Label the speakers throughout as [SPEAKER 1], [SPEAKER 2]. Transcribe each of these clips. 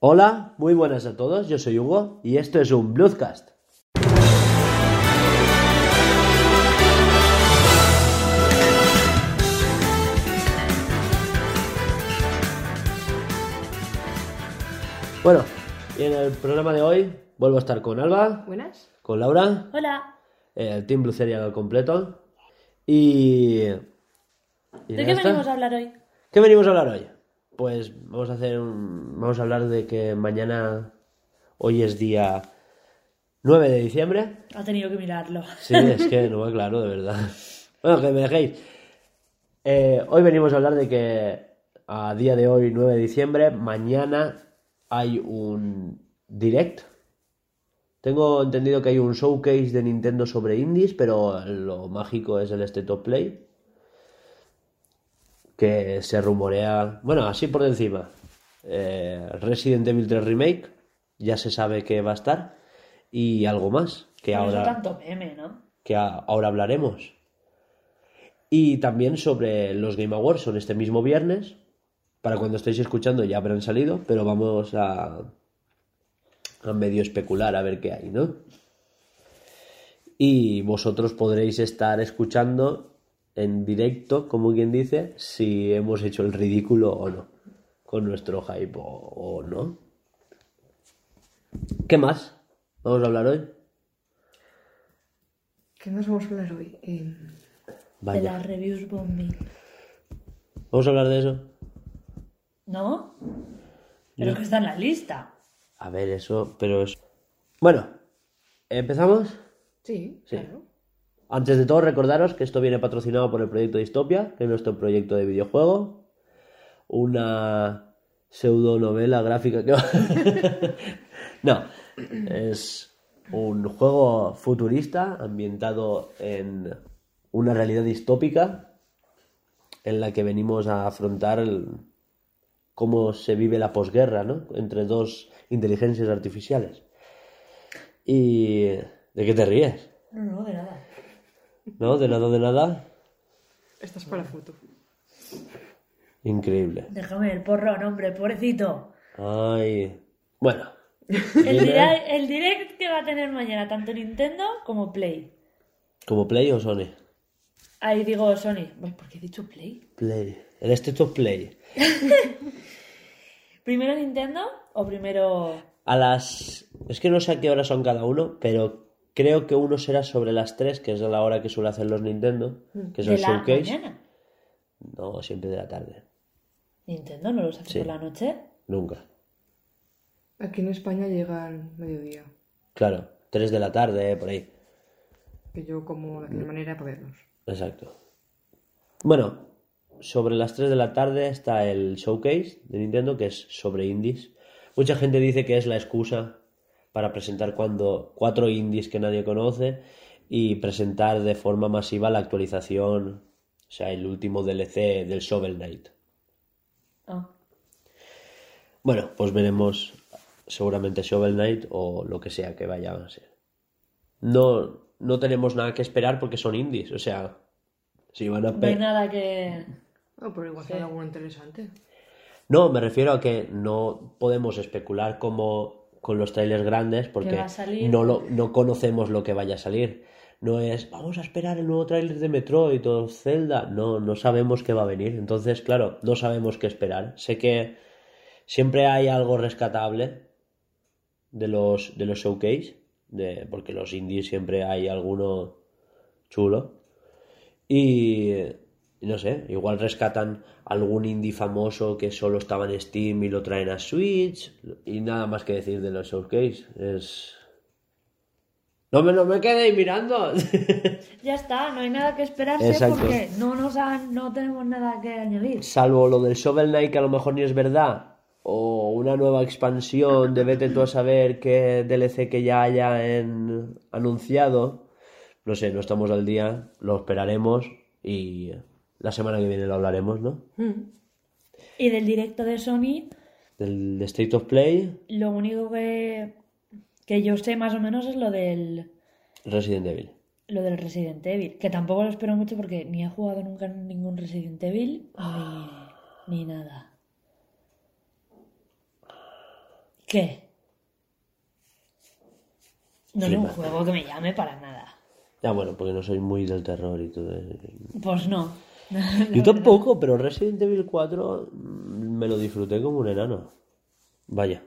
[SPEAKER 1] Hola, muy buenas a todos, yo soy Hugo y esto es un Bluescast. Bueno, y en el programa de hoy vuelvo a estar con Alba,
[SPEAKER 2] Buenas.
[SPEAKER 1] con Laura,
[SPEAKER 3] Hola.
[SPEAKER 1] eh, el Team Blucería al completo y... y
[SPEAKER 3] ¿De
[SPEAKER 1] ya
[SPEAKER 3] qué
[SPEAKER 1] está.
[SPEAKER 3] venimos a hablar hoy?
[SPEAKER 1] ¿Qué venimos a hablar hoy? Pues vamos a hacer un... vamos a hablar de que mañana hoy es día 9 de diciembre.
[SPEAKER 3] Ha tenido que mirarlo.
[SPEAKER 1] Sí, es que no va claro, de verdad. Bueno, que me dejéis. Eh, hoy venimos a hablar de que a día de hoy, 9 de diciembre, mañana hay un direct. Tengo entendido que hay un showcase de Nintendo sobre indies, pero lo mágico es el State of Play. Que se rumorea. Bueno, así por encima. Eh, Resident Evil 3 Remake. Ya se sabe que va a estar. Y algo más.
[SPEAKER 4] Pues
[SPEAKER 1] Que
[SPEAKER 3] Por eso
[SPEAKER 1] ahora
[SPEAKER 3] tanto meme, ¿no?
[SPEAKER 1] que a- ahora hablaremos. Y también sobre los Game Awards, son este mismo viernes. Para cuando estéis escuchando ya habrán salido, pero vamos a, a medio especular a ver qué hay, ¿no? Y vosotros podréis estar escuchando en directo, como quien dice, si hemos hecho el ridículo o no, con nuestro hype o, o no. ¿Qué más? Vamos a hablar hoy.
[SPEAKER 2] ¿Qué nos vamos a hablar hoy? Eh,
[SPEAKER 3] De
[SPEAKER 1] Vaya.
[SPEAKER 3] las reviews bombing.
[SPEAKER 1] Vamos a hablar de eso.
[SPEAKER 3] ¿No? Pero que está en la lista.
[SPEAKER 1] A ver, eso, pero es. Bueno, ¿empezamos?
[SPEAKER 2] sí,
[SPEAKER 1] Sí.
[SPEAKER 2] claro.
[SPEAKER 1] Antes de todo, recordaros que esto viene patrocinado por el proyecto Distopia, que es nuestro proyecto de videojuego. Una pseudonovela gráfica que. no, es un juego futurista ambientado en una realidad distópica en la que venimos a afrontar el- cómo se vive la posguerra, ¿no? Entre dos inteligencias artificiales. ¿Y de qué te ríes?
[SPEAKER 3] No, no, de nada.
[SPEAKER 1] ¿No? De nada, de nada.
[SPEAKER 2] Esta es para la foto.
[SPEAKER 1] Increíble.
[SPEAKER 3] Déjame el porrón, hombre, pobrecito.
[SPEAKER 1] Ay. Bueno.
[SPEAKER 3] El,
[SPEAKER 1] Dime,
[SPEAKER 3] direct, el direct que va a tener mañana tanto Nintendo como Play.
[SPEAKER 1] ¿Como Play o Sony?
[SPEAKER 3] Ahí digo, Sony, "Ay, ¿por qué he dicho Play?
[SPEAKER 1] Play. El State of Play.
[SPEAKER 3] ¿Primero Nintendo o primero...?
[SPEAKER 1] A las... Es que no sé a qué hora son cada uno, pero creo que uno será sobre las 3, que es a la hora que suele hacer los Nintendo, que es
[SPEAKER 3] de
[SPEAKER 1] el
[SPEAKER 3] la
[SPEAKER 1] showcase.
[SPEAKER 3] mañana?
[SPEAKER 1] No, siempre de la tarde.
[SPEAKER 3] ¿Nintendo no los hace
[SPEAKER 1] Sí.
[SPEAKER 3] por la noche?
[SPEAKER 1] Nunca.
[SPEAKER 2] Aquí en España llega al mediodía,
[SPEAKER 1] Claro, 3 de la tarde, eh, por ahí.
[SPEAKER 2] que yo como de aquella manera para verlos.
[SPEAKER 1] Exacto. Bueno, sobre las 3 de la tarde está el showcase de Nintendo, que es sobre indies. Mucha gente dice que es la excusa para presentar cuando cuatro indies que nadie conoce y presentar de forma masiva la actualización, o sea, el último DLC del Shovel Knight.
[SPEAKER 3] Ah.
[SPEAKER 1] Bueno, pues veremos seguramente Shovel Knight o lo que sea que vaya a ser. No, no tenemos nada que esperar porque son indies, o sea, si van a...
[SPEAKER 3] No
[SPEAKER 1] pe-
[SPEAKER 3] hay nada que...
[SPEAKER 2] Ah, pero igual será alguno interesante.
[SPEAKER 1] No, me refiero a que no podemos especular como con los trailers grandes porque
[SPEAKER 3] va a salir?
[SPEAKER 1] no, lo, no conocemos lo que vaya a salir. No es, vamos a esperar el nuevo tráiler de Metroid o Zelda. No, no sabemos qué va a venir. Entonces, claro, no sabemos qué esperar. Sé que siempre hay algo rescatable de los, de los showcase, de, porque los indies siempre hay alguno chulo. Y eh, no sé, igual rescatan algún indie famoso que solo estaba en Steam y lo traen a Switch. Y nada más que decir de los showcase. Es. No me, no me quedéis mirando.
[SPEAKER 3] Ya está, no hay nada que esperarse
[SPEAKER 1] Exacto.
[SPEAKER 3] porque no nos han, no tenemos nada que añadir.
[SPEAKER 1] Salvo lo del Shovel Knight, que a lo mejor ni es verdad. O una nueva expansión de vete tú a saber qué DLC que ya haya en- anunciado. No sé, no estamos al día. Lo esperaremos. Y la semana que viene lo hablaremos, ¿no?
[SPEAKER 2] Mm.
[SPEAKER 3] Y del directo de Sony,
[SPEAKER 1] del State of Play,
[SPEAKER 3] lo único que, que yo sé más o menos es lo del,
[SPEAKER 1] Resident Evil.
[SPEAKER 3] lo del Resident Evil, que tampoco lo espero mucho porque ni he jugado nunca en ningún Resident Evil ni, ni nada.
[SPEAKER 4] ¿Qué? No es un
[SPEAKER 1] Flipa.
[SPEAKER 4] juego que me llame para nada.
[SPEAKER 1] Ya bueno, porque no soy muy del terror y todo eso.
[SPEAKER 4] Pues no.
[SPEAKER 1] Yo tampoco, pero Resident Evil 4 mm, me lo disfruté como un enano. Vaya,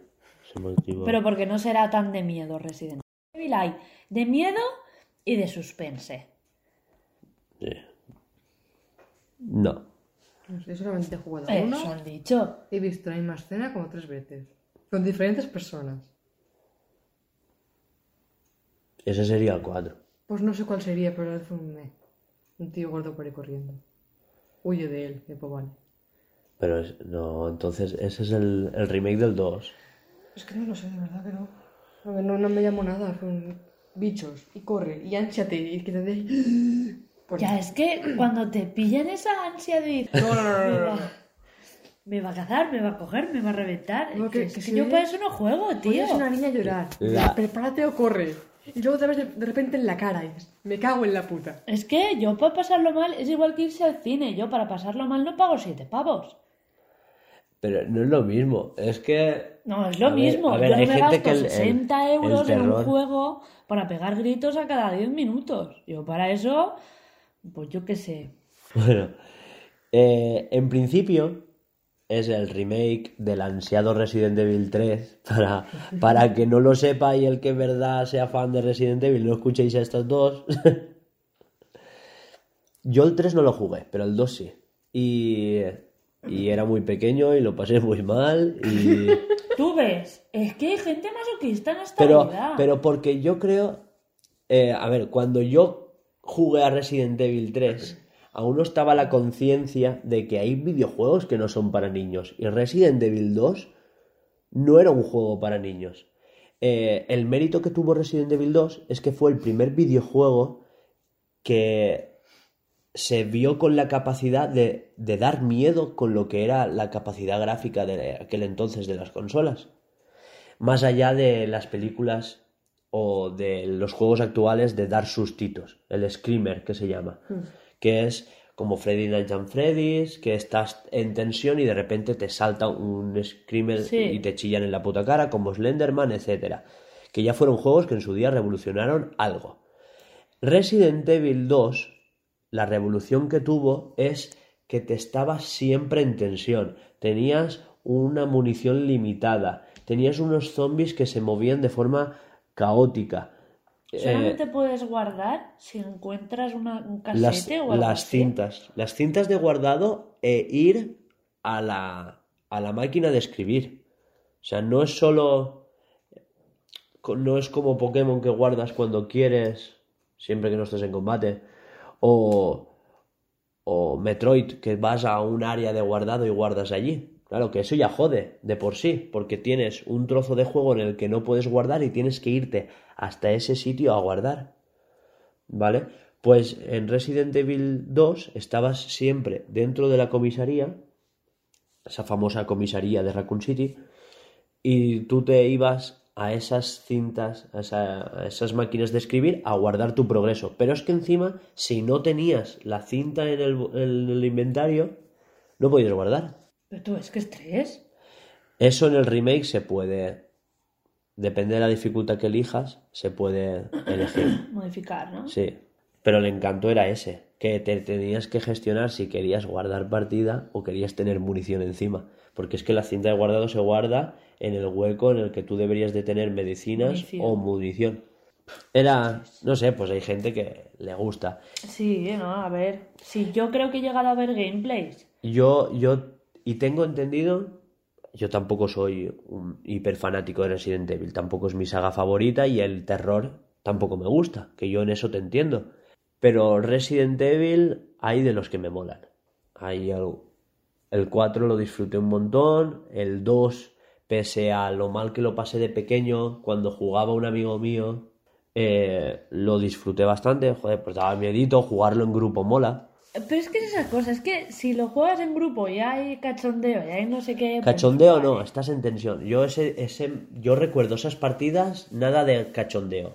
[SPEAKER 1] se motivó.
[SPEAKER 4] Pero porque no será tan de miedo Resident Evil. Hay de miedo y de suspense.
[SPEAKER 1] Sí. No.
[SPEAKER 2] No sé, Yo solamente he jugado a uno
[SPEAKER 4] Eso han dicho.
[SPEAKER 2] y he visto la misma escena como tres veces. Con diferentes personas.
[SPEAKER 1] Ese sería el 4.
[SPEAKER 2] Pues no sé cuál sería, pero es un me. Un tío gordo por ahí corriendo. Huye de él, de Pobal.
[SPEAKER 1] Pero es- no, entonces ese es el, el remake del 2.
[SPEAKER 2] Es que no lo sé, de verdad que no. A ver, no, no me llamo nada. Son bichos. Y corre, y ánchate, y que te dé. Por-
[SPEAKER 4] Ya es que cuando te pillan esa ansia de ir,
[SPEAKER 2] No, no, no, no, no, no.
[SPEAKER 4] me va a cazar, me va a coger, me va a reventar.
[SPEAKER 2] No,
[SPEAKER 4] que,
[SPEAKER 2] que-
[SPEAKER 4] es
[SPEAKER 2] que
[SPEAKER 4] que
[SPEAKER 2] sí.
[SPEAKER 4] yo para eso no juego, tío.
[SPEAKER 2] Oyes a una niña llorar.
[SPEAKER 1] La-
[SPEAKER 2] Prepárate o corre. Y luego te ves de, de repente en la cara y dices, me cago en la puta.
[SPEAKER 4] Es que yo para pasarlo mal es igual que irse al cine. Yo para pasarlo mal no pago siete pavos.
[SPEAKER 1] Pero no es lo mismo. Es que.
[SPEAKER 4] No, es lo
[SPEAKER 1] A ver,
[SPEAKER 4] mismo.
[SPEAKER 1] a ver,
[SPEAKER 4] yo no
[SPEAKER 1] hay
[SPEAKER 4] me
[SPEAKER 1] gente
[SPEAKER 4] gasto
[SPEAKER 1] que el- el-
[SPEAKER 4] 60 euros
[SPEAKER 1] el
[SPEAKER 4] en un
[SPEAKER 1] terror-
[SPEAKER 4] juego para pegar gritos a cada 10 minutos. Yo para eso, pues yo qué sé.
[SPEAKER 1] Bueno. eh, en principio. Es el remake del ansiado Resident Evil 3. Para, para que no lo sepa y el que en verdad sea fan de Resident Evil, no escuchéis a estos dos. Yo el 3 no lo jugué, pero el 2 sí. Y, y era muy pequeño y lo pasé muy mal. Y,
[SPEAKER 4] Tú ves, es que hay gente masoquista en esta
[SPEAKER 1] Pero,
[SPEAKER 4] vida.
[SPEAKER 1] pero porque yo creo. eh, a ver, cuando yo jugué a Resident Evil 3, aún no estaba la conciencia de que hay videojuegos que no son para niños. Y Resident Evil 2 no era un juego para niños. Eh, el mérito que tuvo Resident Evil 2 es que fue el primer videojuego que se vio con la capacidad de, de dar miedo con lo que era la capacidad gráfica de aquel entonces de las consolas más allá de las películas o de los juegos actuales de dar sustitos, el screamer que se llama, que es como Freddy Night and Freddy's, que estás en tensión y de repente te salta un screamer
[SPEAKER 4] Sí.
[SPEAKER 1] y te chillan en la puta cara, como Slenderman, etcétera, que ya fueron juegos que en su día revolucionaron algo. Resident Evil 2, la revolución que tuvo es que te estabas siempre en tensión. Tenías una munición limitada. Tenías unos zombies que se movían de forma caótica. Eh,
[SPEAKER 4] Solamente puedes guardar si encuentras una, un casete
[SPEAKER 1] las,
[SPEAKER 4] o algo
[SPEAKER 1] las
[SPEAKER 4] así.
[SPEAKER 1] cintas. Las cintas de guardado e ir a la, a la máquina de escribir. O sea, no es solo. co- No es como Pokémon que guardas cuando quieres, siempre que no estés en combate. O. O Metroid, que vas a un área de guardado y guardas allí. Claro, que eso ya jode de por sí, porque tienes un trozo de juego en el que no puedes guardar y tienes que irte hasta ese sitio a guardar. ¿Vale? Pues en Resident Evil 2 estabas siempre dentro de la comisaría, esa famosa comisaría de Raccoon City, y tú te ibas a esas cintas, a, esa- a esas máquinas de escribir, a guardar tu progreso. Pero es que encima, si no tenías la cinta en el, bu- en el inventario, no podías guardar.
[SPEAKER 4] Pero tú, es que es tres.
[SPEAKER 1] Eso en el remake se puede, depende de la dificultad que elijas, se puede elegir.
[SPEAKER 4] Modificar, ¿no?
[SPEAKER 1] Sí, pero el encanto era ese, que te tenías que gestionar si querías guardar partida o querías tener munición encima, porque es que la cinta de guardado se guarda en el hueco en el que tú deberías de tener medicinas
[SPEAKER 4] Munición.
[SPEAKER 1] o munición. Era, no sé, pues hay gente que le gusta.
[SPEAKER 4] Sí, no, a ver. Si yo creo que he llegado a ver gameplays.
[SPEAKER 1] Yo, yo, y tengo entendido, yo tampoco soy un hiperfanático de Resident Evil, tampoco es mi saga favorita y el terror tampoco me gusta, que yo en eso te entiendo. Pero Resident Evil hay de los que me molan. Hay algo. El 4 lo disfruté un montón, el 2, pese a lo mal que lo pasé de pequeño, cuando jugaba un amigo mío, eh, lo disfruté bastante, joder, pues daba miedito, jugarlo en grupo mola.
[SPEAKER 4] Pero es que es esa cosa, es que si lo juegas en grupo y hay cachondeo y hay no sé qué. pues,
[SPEAKER 1] Cachondeo
[SPEAKER 4] vale.
[SPEAKER 1] no, estás en tensión. Yo ese, ese, yo recuerdo esas partidas, nada de cachondeo.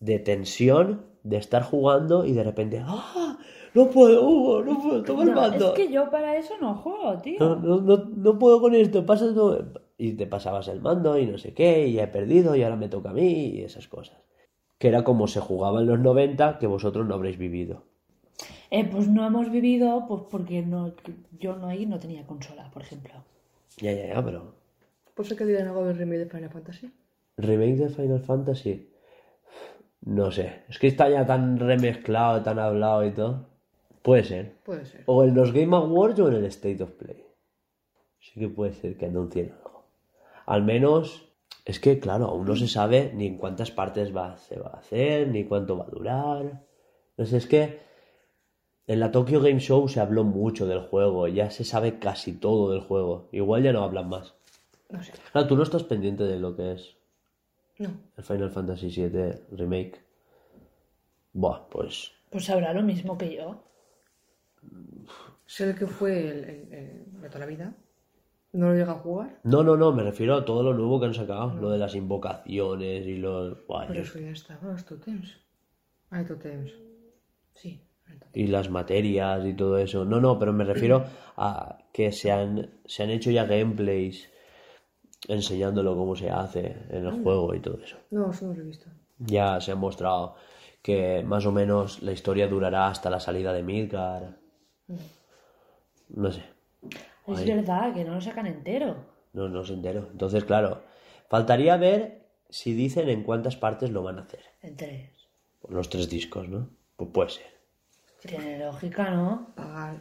[SPEAKER 1] De tensión, de estar jugando y de repente, ¡ah! No puedo, Hugo, no puedo, toma el
[SPEAKER 4] No,
[SPEAKER 1] mando. Ah.
[SPEAKER 4] es que yo para eso no juego, tío.
[SPEAKER 1] No, no, no- no puedo con esto, pasa todo. y te pasabas el mando y no sé qué, y ya he perdido y ahora me toca a mí y esas cosas. Que era como se jugaba en los 90 que vosotros no habréis vivido.
[SPEAKER 3] Eh, pues no hemos vivido pues porque no, yo no ahí no tenía consola, por ejemplo.
[SPEAKER 1] Ya, ya, ya, pero...
[SPEAKER 2] Por eso que dirán algo del remake de Final Fantasy.
[SPEAKER 1] Remake de Final Fantasy. No sé, es que está ya tan remezclado, tan hablado y todo. Puede ser.
[SPEAKER 2] Puede ser.
[SPEAKER 1] O en los Game Awards o en el State of Play. Sí que puede ser que anuncien algo. Al menos, es que claro, aún no se sabe ni en cuántas partes va, se va a hacer, ni cuánto va a durar. No sé, es que en la Tokyo Game Show se habló mucho del juego, ya se sabe casi todo del juego. Igual ya no hablan más.
[SPEAKER 2] No sé.
[SPEAKER 1] Claro, tú no estás pendiente de lo que es
[SPEAKER 2] No.
[SPEAKER 1] el Final Fantasy VII Remake. Buah, pues
[SPEAKER 3] Pues sabrá lo mismo que yo.
[SPEAKER 2] Sé el que fue el, el- el de toda la vida. No lo llega a jugar.
[SPEAKER 1] No, no, no, me refiero a todo lo nuevo que han sacado, lo de las invocaciones y los... Buah,
[SPEAKER 2] Pero
[SPEAKER 1] yo-
[SPEAKER 2] eso ya estaba, los totems. Hay totems. Sí, hay totems.
[SPEAKER 1] y las materias y todo eso. No, no, pero me refiero a que se han, se han hecho ya gameplays enseñándolo cómo se hace en el juego y todo eso.
[SPEAKER 2] No, eso no lo he visto.
[SPEAKER 1] Ya se ha mostrado que más o menos la historia durará hasta la salida de Midgar. No sé,
[SPEAKER 3] Es verdad que no lo sacan entero.
[SPEAKER 1] no, no se entero. Entonces, claro, faltaría ver si dicen en cuántas partes lo van a hacer.
[SPEAKER 3] En tres.
[SPEAKER 1] Los tres discos, ¿no? Pues puede ser.
[SPEAKER 3] Tiene lógica, ¿no?
[SPEAKER 2] Pagar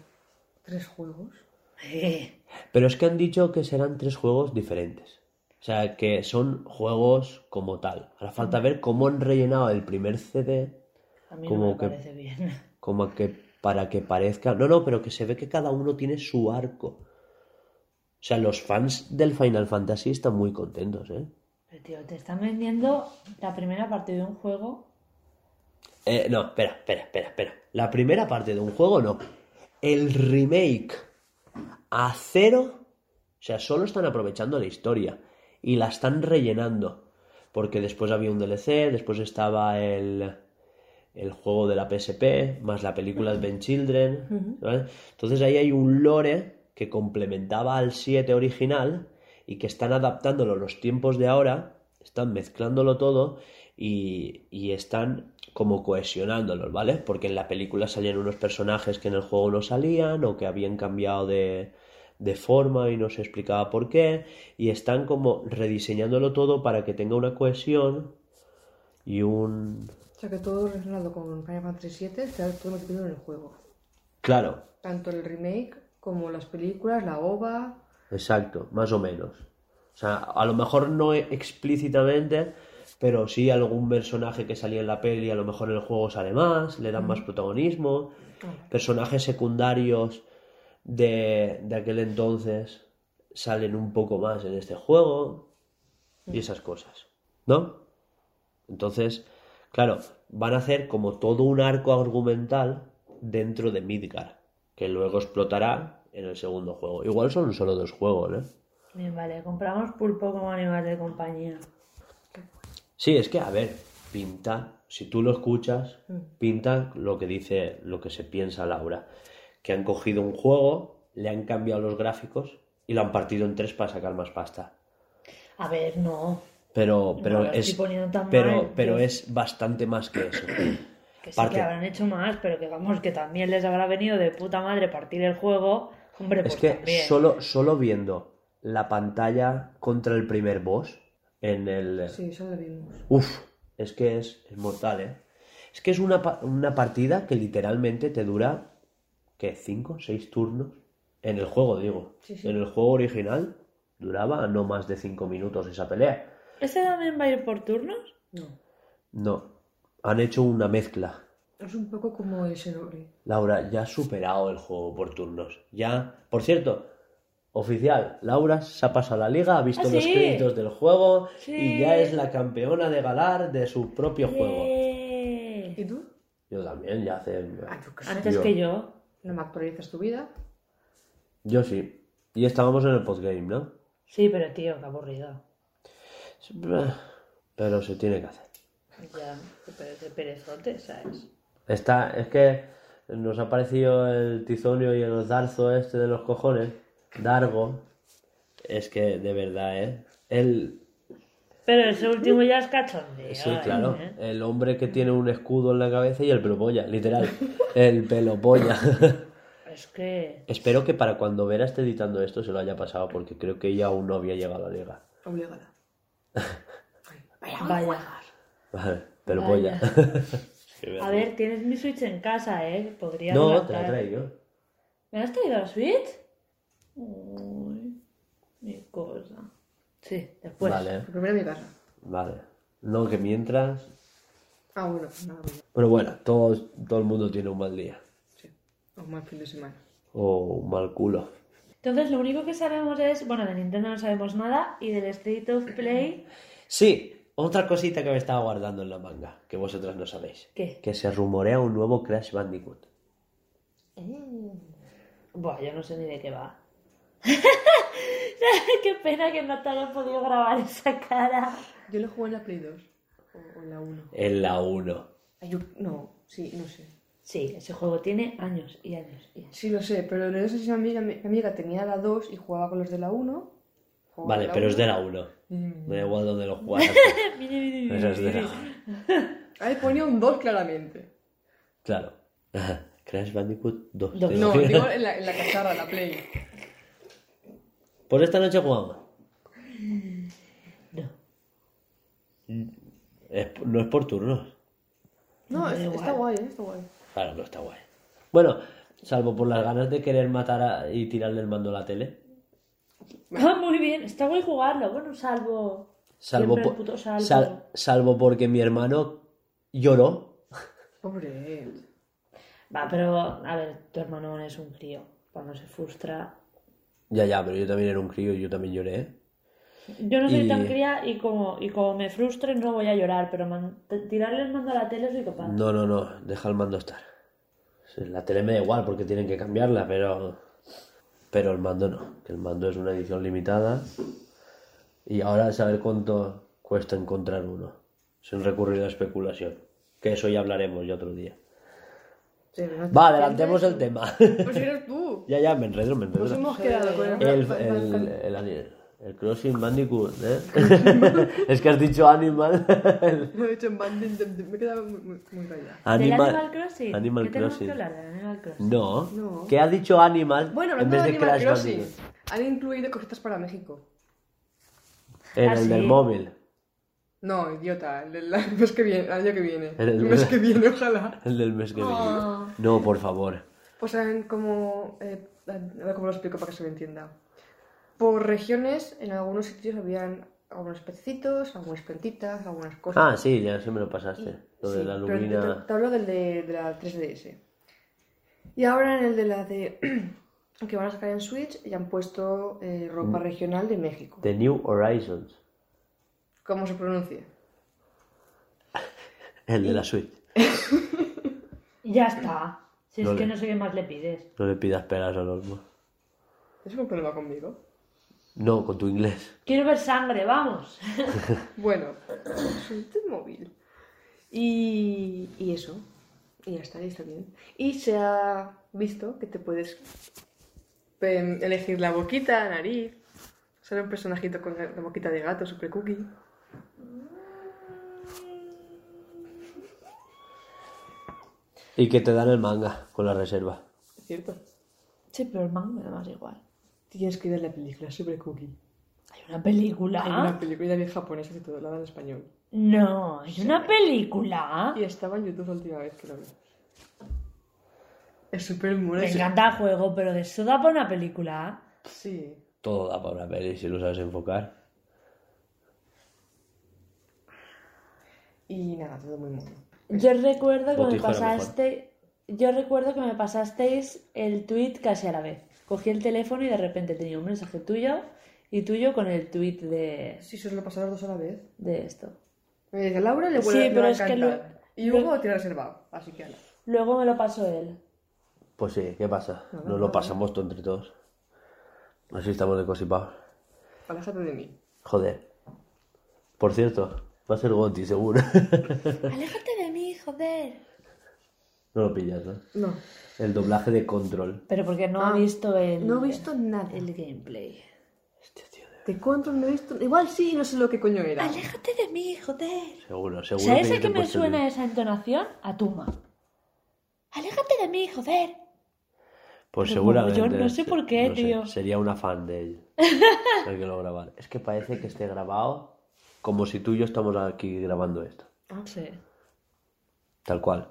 [SPEAKER 2] tres juegos.
[SPEAKER 3] Eh,
[SPEAKER 1] Pero es que han dicho que serán tres juegos diferentes. O sea, que son juegos como tal. Ahora falta ver cómo han rellenado el primer CD
[SPEAKER 3] a mí no
[SPEAKER 1] Como
[SPEAKER 3] me
[SPEAKER 1] que-
[SPEAKER 3] parece bien.
[SPEAKER 1] como que para que parezca... No, no, pero que se ve que cada uno tiene su arco. O sea, los fans del Final Fantasy están muy contentos, ¿eh?
[SPEAKER 3] Pero tío, te están vendiendo la primera parte de un juego.
[SPEAKER 1] Eh, no, espera, espera, espera, espera. La primera parte de un juego no. El remake a cero. O sea, solo están aprovechando la historia. Y la están rellenando. Porque después había un DLC, después estaba el, el juego de la PSP, más la película Ben Children. ¿vale? Entonces ahí hay un lore que complementaba al 7 original y que están adaptándolo a los tiempos de ahora, están mezclándolo todo y, y están como cohesionándolos, ¿vale? Porque en la película salían unos personajes que en el juego no salían o que habían cambiado de, de forma y no se explicaba por qué y están como rediseñándolo todo para que tenga una cohesión y un...
[SPEAKER 2] O sea que todo relacionado con Final Fantasy VII está todo metido en el juego.
[SPEAKER 1] Claro,
[SPEAKER 2] Tanto el remake como las películas, la OVA.
[SPEAKER 1] Exacto, más o menos. O sea, a lo mejor no e- explícitamente, pero sí algún personaje que salía en la peli, a lo mejor en el juego sale más, le dan más protagonismo. Personajes secundarios de, de aquel entonces salen un poco más en este juego y esas cosas, ¿no? Entonces, claro, van a hacer como todo un arco argumental dentro de Midgar, que luego explotará en el segundo juego. Igual son solo dos juegos, ¿eh?
[SPEAKER 3] Bien, vale, compramos pulpo como animal de compañía.
[SPEAKER 1] Sí, es que, a ver, pinta, si tú lo escuchas,
[SPEAKER 3] Mm.
[SPEAKER 1] pinta lo que dice, lo que se piensa Laura, que han cogido un juego, le han cambiado los gráficos y lo han partido en tres para sacar más pasta.
[SPEAKER 3] A ver, no.
[SPEAKER 1] Pero,
[SPEAKER 3] No,
[SPEAKER 1] pero
[SPEAKER 3] lo
[SPEAKER 1] es,
[SPEAKER 3] estoy poniendo tan
[SPEAKER 1] pero,
[SPEAKER 3] mal,
[SPEAKER 1] pero
[SPEAKER 3] tío.
[SPEAKER 1] es bastante más que eso.
[SPEAKER 3] Que sí
[SPEAKER 1] Parte-
[SPEAKER 3] que habrán hecho más, pero que vamos, que también les habrá venido de puta madre partir el juego. Hombre,
[SPEAKER 1] Es
[SPEAKER 3] pues
[SPEAKER 1] que
[SPEAKER 3] también.
[SPEAKER 1] solo, solo viendo la pantalla contra el primer boss en el...
[SPEAKER 2] Sí, eso lo vimos.
[SPEAKER 1] Uf, es que es, es mortal, ¿eh? Es que es una, pa- una partida que literalmente te dura, ¿qué? ¿Cinco? ¿Seis turnos? En el juego, digo.
[SPEAKER 2] Sí, sí.
[SPEAKER 1] En el juego original duraba no más de cinco minutos esa pelea.
[SPEAKER 3] ¿Este también va a ir por turnos?
[SPEAKER 2] No.
[SPEAKER 1] No, han hecho una mezcla.
[SPEAKER 2] Es un poco como el Xenoblade.
[SPEAKER 1] Laura, ya ha superado el juego por turnos. Ya, por cierto, oficial, Laura se ha pasado la liga, ha visto
[SPEAKER 3] ¿Ah,
[SPEAKER 1] los
[SPEAKER 3] sí?
[SPEAKER 1] créditos del juego y
[SPEAKER 3] Sí.
[SPEAKER 1] ya es la campeona de Galar de su propio juego.
[SPEAKER 3] ¡Eh!
[SPEAKER 2] ¿Y tú?
[SPEAKER 1] Yo también, ya hace...
[SPEAKER 2] Ah, yo qué sé.
[SPEAKER 3] Antes
[SPEAKER 1] Yo-
[SPEAKER 3] que yo.
[SPEAKER 2] No me actualizas tu vida.
[SPEAKER 1] Yo sí. Y estábamos en el postgame, ¿no?
[SPEAKER 3] Sí, pero tío, qué aburrido.
[SPEAKER 1] Pero se tiene que hacer.
[SPEAKER 3] Ya, qué pere- qué perezote, ¿sabes?
[SPEAKER 1] Está, es que nos ha parecido el tizonio y el darzo este de los cojones, Dargo, Es que, de verdad, ¿eh? El,
[SPEAKER 4] Pero ese último ya es cachondeo.
[SPEAKER 1] sí,
[SPEAKER 4] ¿eh?
[SPEAKER 1] claro. El hombre que tiene un escudo en la cabeza y el pelo polla, literal. El pelo polla.
[SPEAKER 4] Es que.
[SPEAKER 1] Espero que para cuando Vera esté editando esto se lo haya pasado, porque creo que ella aún no había llegado a la liga.
[SPEAKER 2] Obligada.
[SPEAKER 4] Vaya.
[SPEAKER 1] Vale, pelo
[SPEAKER 4] Vaya.
[SPEAKER 1] polla. Qué
[SPEAKER 4] A
[SPEAKER 1] vergüenza.
[SPEAKER 4] ver, tienes mi Switch en casa, ¿eh? Podría
[SPEAKER 1] No, te
[SPEAKER 4] levantar.
[SPEAKER 1] la traigo.
[SPEAKER 4] ¿Me has traído la Switch? Uy, mi cosa. Sí, después.
[SPEAKER 1] Vale,
[SPEAKER 2] Primero mi casa.
[SPEAKER 1] vale. No, que mientras.
[SPEAKER 2] Ah, bueno, pues nada, pues ya.
[SPEAKER 1] Pero bueno, todo, todo el mundo tiene un mal día.
[SPEAKER 2] Sí. O mal fin de semana.
[SPEAKER 1] O un mal culo.
[SPEAKER 4] Entonces, lo único que sabemos es, bueno, de Nintendo no sabemos nada y del State of Play,
[SPEAKER 1] Sí, otra cosita que me estaba guardando en la manga, que vosotras no sabéis.
[SPEAKER 4] ¿qué?
[SPEAKER 1] Que se rumorea un nuevo Crash Bandicoot.
[SPEAKER 4] Buah, yo no sé ni de qué va. qué pena que no te haya podido grabar esa cara.
[SPEAKER 2] Yo lo jugué en la Play 2. O, o en la 1.
[SPEAKER 1] En la 1.
[SPEAKER 2] Ay, yo- no, sí, no sé.
[SPEAKER 4] Sí, ese juego tiene años y años y años.
[SPEAKER 2] Sí, lo sé, pero no sé si mi amiga, mi amiga tenía la 2 y jugaba con los de la 1. jugaba
[SPEAKER 1] Vale,
[SPEAKER 2] con
[SPEAKER 1] pero es
[SPEAKER 2] 1.
[SPEAKER 1] de la 1.
[SPEAKER 2] Mm.
[SPEAKER 1] Me da igual donde lo juegas. Pero es de la 1.
[SPEAKER 2] Ahí ponía un 2 claramente.
[SPEAKER 1] Claro. Crash Bandicoot 2.
[SPEAKER 4] Dos.
[SPEAKER 1] te
[SPEAKER 2] No,
[SPEAKER 1] digo.
[SPEAKER 2] digo en la, en la cacharra, la Play.
[SPEAKER 1] Por Pues esta noche jugamos.
[SPEAKER 4] No.
[SPEAKER 1] Es- no es por turnos.
[SPEAKER 2] No, es- está guay, eh, está guay.
[SPEAKER 1] Claro, pero está guay. Bueno, salvo por las ganas de querer matar a- y tirarle el mando a la tele.
[SPEAKER 4] Ah, muy bien, está guay jugarlo. Bueno, salvo.
[SPEAKER 1] Salvo,
[SPEAKER 4] Siempre el
[SPEAKER 1] por-
[SPEAKER 4] puto salvo.
[SPEAKER 1] sal- salvo porque mi hermano lloró.
[SPEAKER 2] Pobre.
[SPEAKER 4] Va, pero a ver, tu hermano es un crío. Cuando se frustra.
[SPEAKER 1] Ya, ya, pero yo también era un crío y yo también lloré. ¿eh?
[SPEAKER 4] Yo no soy
[SPEAKER 1] Y-
[SPEAKER 4] tan cría y como, y como me frustre no voy a llorar, pero man- t- tirarle el mando a la tele soy capaz.
[SPEAKER 1] No, no, no, deja el mando estar. Sí, La tele me da igual porque tienen que cambiarla, pero. Pero el mando no, que el mando es una edición limitada. Y ahora a saber cuánto cuesta encontrar uno, sin recurrir a especulación. Que eso ya hablaremos ya otro día.
[SPEAKER 2] Sí, no te-
[SPEAKER 1] Va, adelantemos el tema.
[SPEAKER 2] Pues eres tú.
[SPEAKER 1] ya, ya, me enredo, me enredo.
[SPEAKER 2] Nos hemos quedado con el,
[SPEAKER 1] El,
[SPEAKER 2] va- va-
[SPEAKER 1] el,
[SPEAKER 2] va-
[SPEAKER 1] el, ani- el Crossing Bandicoot, ¿eh? es que has dicho Animal.
[SPEAKER 2] Lo he hecho en bandit, me he quedado muy, muy, muy
[SPEAKER 4] ¿Del
[SPEAKER 2] callada.
[SPEAKER 1] animal,
[SPEAKER 4] Animal Crossing?
[SPEAKER 1] Animal
[SPEAKER 4] ¿Qué tenemos
[SPEAKER 1] Crossing.
[SPEAKER 4] que hablar de Animal Crossing?
[SPEAKER 1] No,
[SPEAKER 2] No.
[SPEAKER 1] que ha dicho Animal
[SPEAKER 2] Bueno,
[SPEAKER 1] en
[SPEAKER 2] hablando
[SPEAKER 1] vez
[SPEAKER 2] de
[SPEAKER 1] de
[SPEAKER 2] Animal
[SPEAKER 1] Crash
[SPEAKER 2] Crossing,
[SPEAKER 1] Bandicoot.
[SPEAKER 2] han incluido cositas para México.
[SPEAKER 1] En
[SPEAKER 4] Ah,
[SPEAKER 1] el
[SPEAKER 4] sí.
[SPEAKER 1] del móvil.
[SPEAKER 2] No, idiota, el, del- el mes que viene, el año que viene.
[SPEAKER 1] El-
[SPEAKER 2] El, mes que viene, ojalá.
[SPEAKER 1] El del mes que
[SPEAKER 2] Ah.
[SPEAKER 4] Ah.
[SPEAKER 1] viene. No, por favor.
[SPEAKER 2] Pues saben cómo. Eh, a ver cómo lo explico para que se me entienda. Por regiones, en algunos sitios habían algunos pececitos, algunas plantitas, algunas cosas.
[SPEAKER 1] Ah, sí, ya se me lo pasaste. Lo de
[SPEAKER 2] Sí,
[SPEAKER 1] la
[SPEAKER 2] pero te-
[SPEAKER 1] lumina.
[SPEAKER 2] Te, te hablo del de, de la 3DS. Y ahora en el de la de. que van a sacar en Switch, y han puesto eh,
[SPEAKER 1] Mm.
[SPEAKER 2] ropa regional de México.
[SPEAKER 1] The New Horizons.
[SPEAKER 2] ¿Cómo se pronuncia?
[SPEAKER 1] El de la Switch.
[SPEAKER 4] Ya está. Si es
[SPEAKER 1] Vale.
[SPEAKER 4] que no sé qué más le pides.
[SPEAKER 1] No le pidas peras al olmo.
[SPEAKER 2] ¿Tienes un problema conmigo?
[SPEAKER 1] No, con tu inglés.
[SPEAKER 4] Quiero ver sangre, vamos.
[SPEAKER 2] Bueno, suerte móvil. Y, y eso. Y ya está, y está bien. Y se ha visto que te puedes em, elegir la boquita, la nariz. Sale un personajito con la boquita de gato, super cookie.
[SPEAKER 1] Y que te dan el manga con la reserva.
[SPEAKER 2] Es cierto.
[SPEAKER 4] Sí, pero el manga me da más igual.
[SPEAKER 2] Tienes que ver la película, super cookie.
[SPEAKER 4] Hay una película.
[SPEAKER 1] Ah.
[SPEAKER 2] Hay una película bien japonesa que todo la dan en español.
[SPEAKER 4] No, hay una película.
[SPEAKER 2] Y estaba en YouTube la última vez que lo vi. Es súper mono.
[SPEAKER 4] Me
[SPEAKER 2] es-
[SPEAKER 4] encanta el juego, pero de eso da para una película.
[SPEAKER 2] Sí.
[SPEAKER 1] Todo da para una peli si lo sabes enfocar.
[SPEAKER 2] Y nada, todo muy mono.
[SPEAKER 4] Yo recuerdo que me
[SPEAKER 1] Botijo era mejor.
[SPEAKER 4] pasaste. Yo recuerdo que me pasasteis el tweet casi a la vez. Cogí el teléfono y de repente tenía un mensaje tuyo y tuyo con el tweet de,
[SPEAKER 2] Si solo lo pasaron dos a la vez.
[SPEAKER 4] de esto.
[SPEAKER 2] Eh, Laura le
[SPEAKER 4] Sí,
[SPEAKER 2] vuelve
[SPEAKER 4] pero
[SPEAKER 2] a
[SPEAKER 4] es que
[SPEAKER 2] encantar. Y Hugo tiene reservado, así que ala.
[SPEAKER 4] Luego me lo pasó él.
[SPEAKER 1] Pues sí, ¿qué pasa?
[SPEAKER 2] No, no,
[SPEAKER 1] Nos
[SPEAKER 2] no.
[SPEAKER 1] lo pasamos todo entre todos. Así estamos de cosipados.
[SPEAKER 2] Aléjate de mí.
[SPEAKER 1] Joder. Por cierto, va a ser Goti, seguro.
[SPEAKER 4] Aléjate de mí, joder.
[SPEAKER 1] no lo pillas, ¿no?
[SPEAKER 2] No.
[SPEAKER 1] El doblaje de control.
[SPEAKER 4] Pero porque no
[SPEAKER 2] Ah,
[SPEAKER 4] ha visto el.
[SPEAKER 2] No he visto nada.
[SPEAKER 4] el gameplay.
[SPEAKER 1] Hostia, Este tío.
[SPEAKER 2] ¿De cuántos no he visto? Igual sí, no sé lo que coño era.
[SPEAKER 4] Aléjate de mí, joder.
[SPEAKER 1] Seguro, seguro.
[SPEAKER 4] ¿Sabes
[SPEAKER 1] que yo
[SPEAKER 4] a qué
[SPEAKER 1] te he
[SPEAKER 4] me
[SPEAKER 1] puesto el
[SPEAKER 4] suena
[SPEAKER 1] vídeo.
[SPEAKER 4] esa entonación? A Tuma. Aléjate de mí, joder.
[SPEAKER 1] Pues
[SPEAKER 4] Pero
[SPEAKER 1] seguramente.
[SPEAKER 4] mogollón, no sé por qué,
[SPEAKER 1] no sé,
[SPEAKER 4] tío.
[SPEAKER 1] sería una fan de él. Hay que lo grabar. Es que parece que esté grabado como si tú y yo estamos aquí grabando esto.
[SPEAKER 2] Ah,
[SPEAKER 4] Sí.
[SPEAKER 1] Tal cual.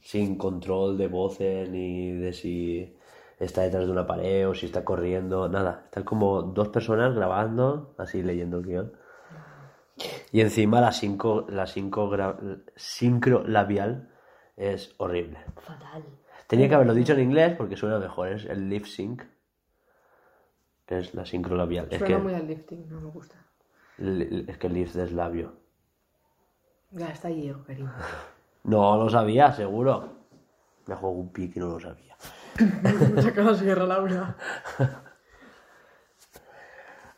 [SPEAKER 1] Sin control de voces ni de si está detrás de una pared o si está corriendo, nada. Están como dos personas grabando, así leyendo el guión. Y encima la, cinco, la cinco gra- sincro labial es horrible.
[SPEAKER 4] Fatal.
[SPEAKER 1] Tenía que haberlo dicho en inglés porque suena mejor, es el lip sync. Es la sincro labial. Es
[SPEAKER 2] Suena
[SPEAKER 1] que,
[SPEAKER 2] muy al lifting, no me gusta.
[SPEAKER 1] li- es que lift es labio.
[SPEAKER 2] Ya está ahí, yo, cariño.
[SPEAKER 1] No lo sabía, seguro. Me juego un pique y no lo sabía.
[SPEAKER 2] Me saca la sierra, Laura.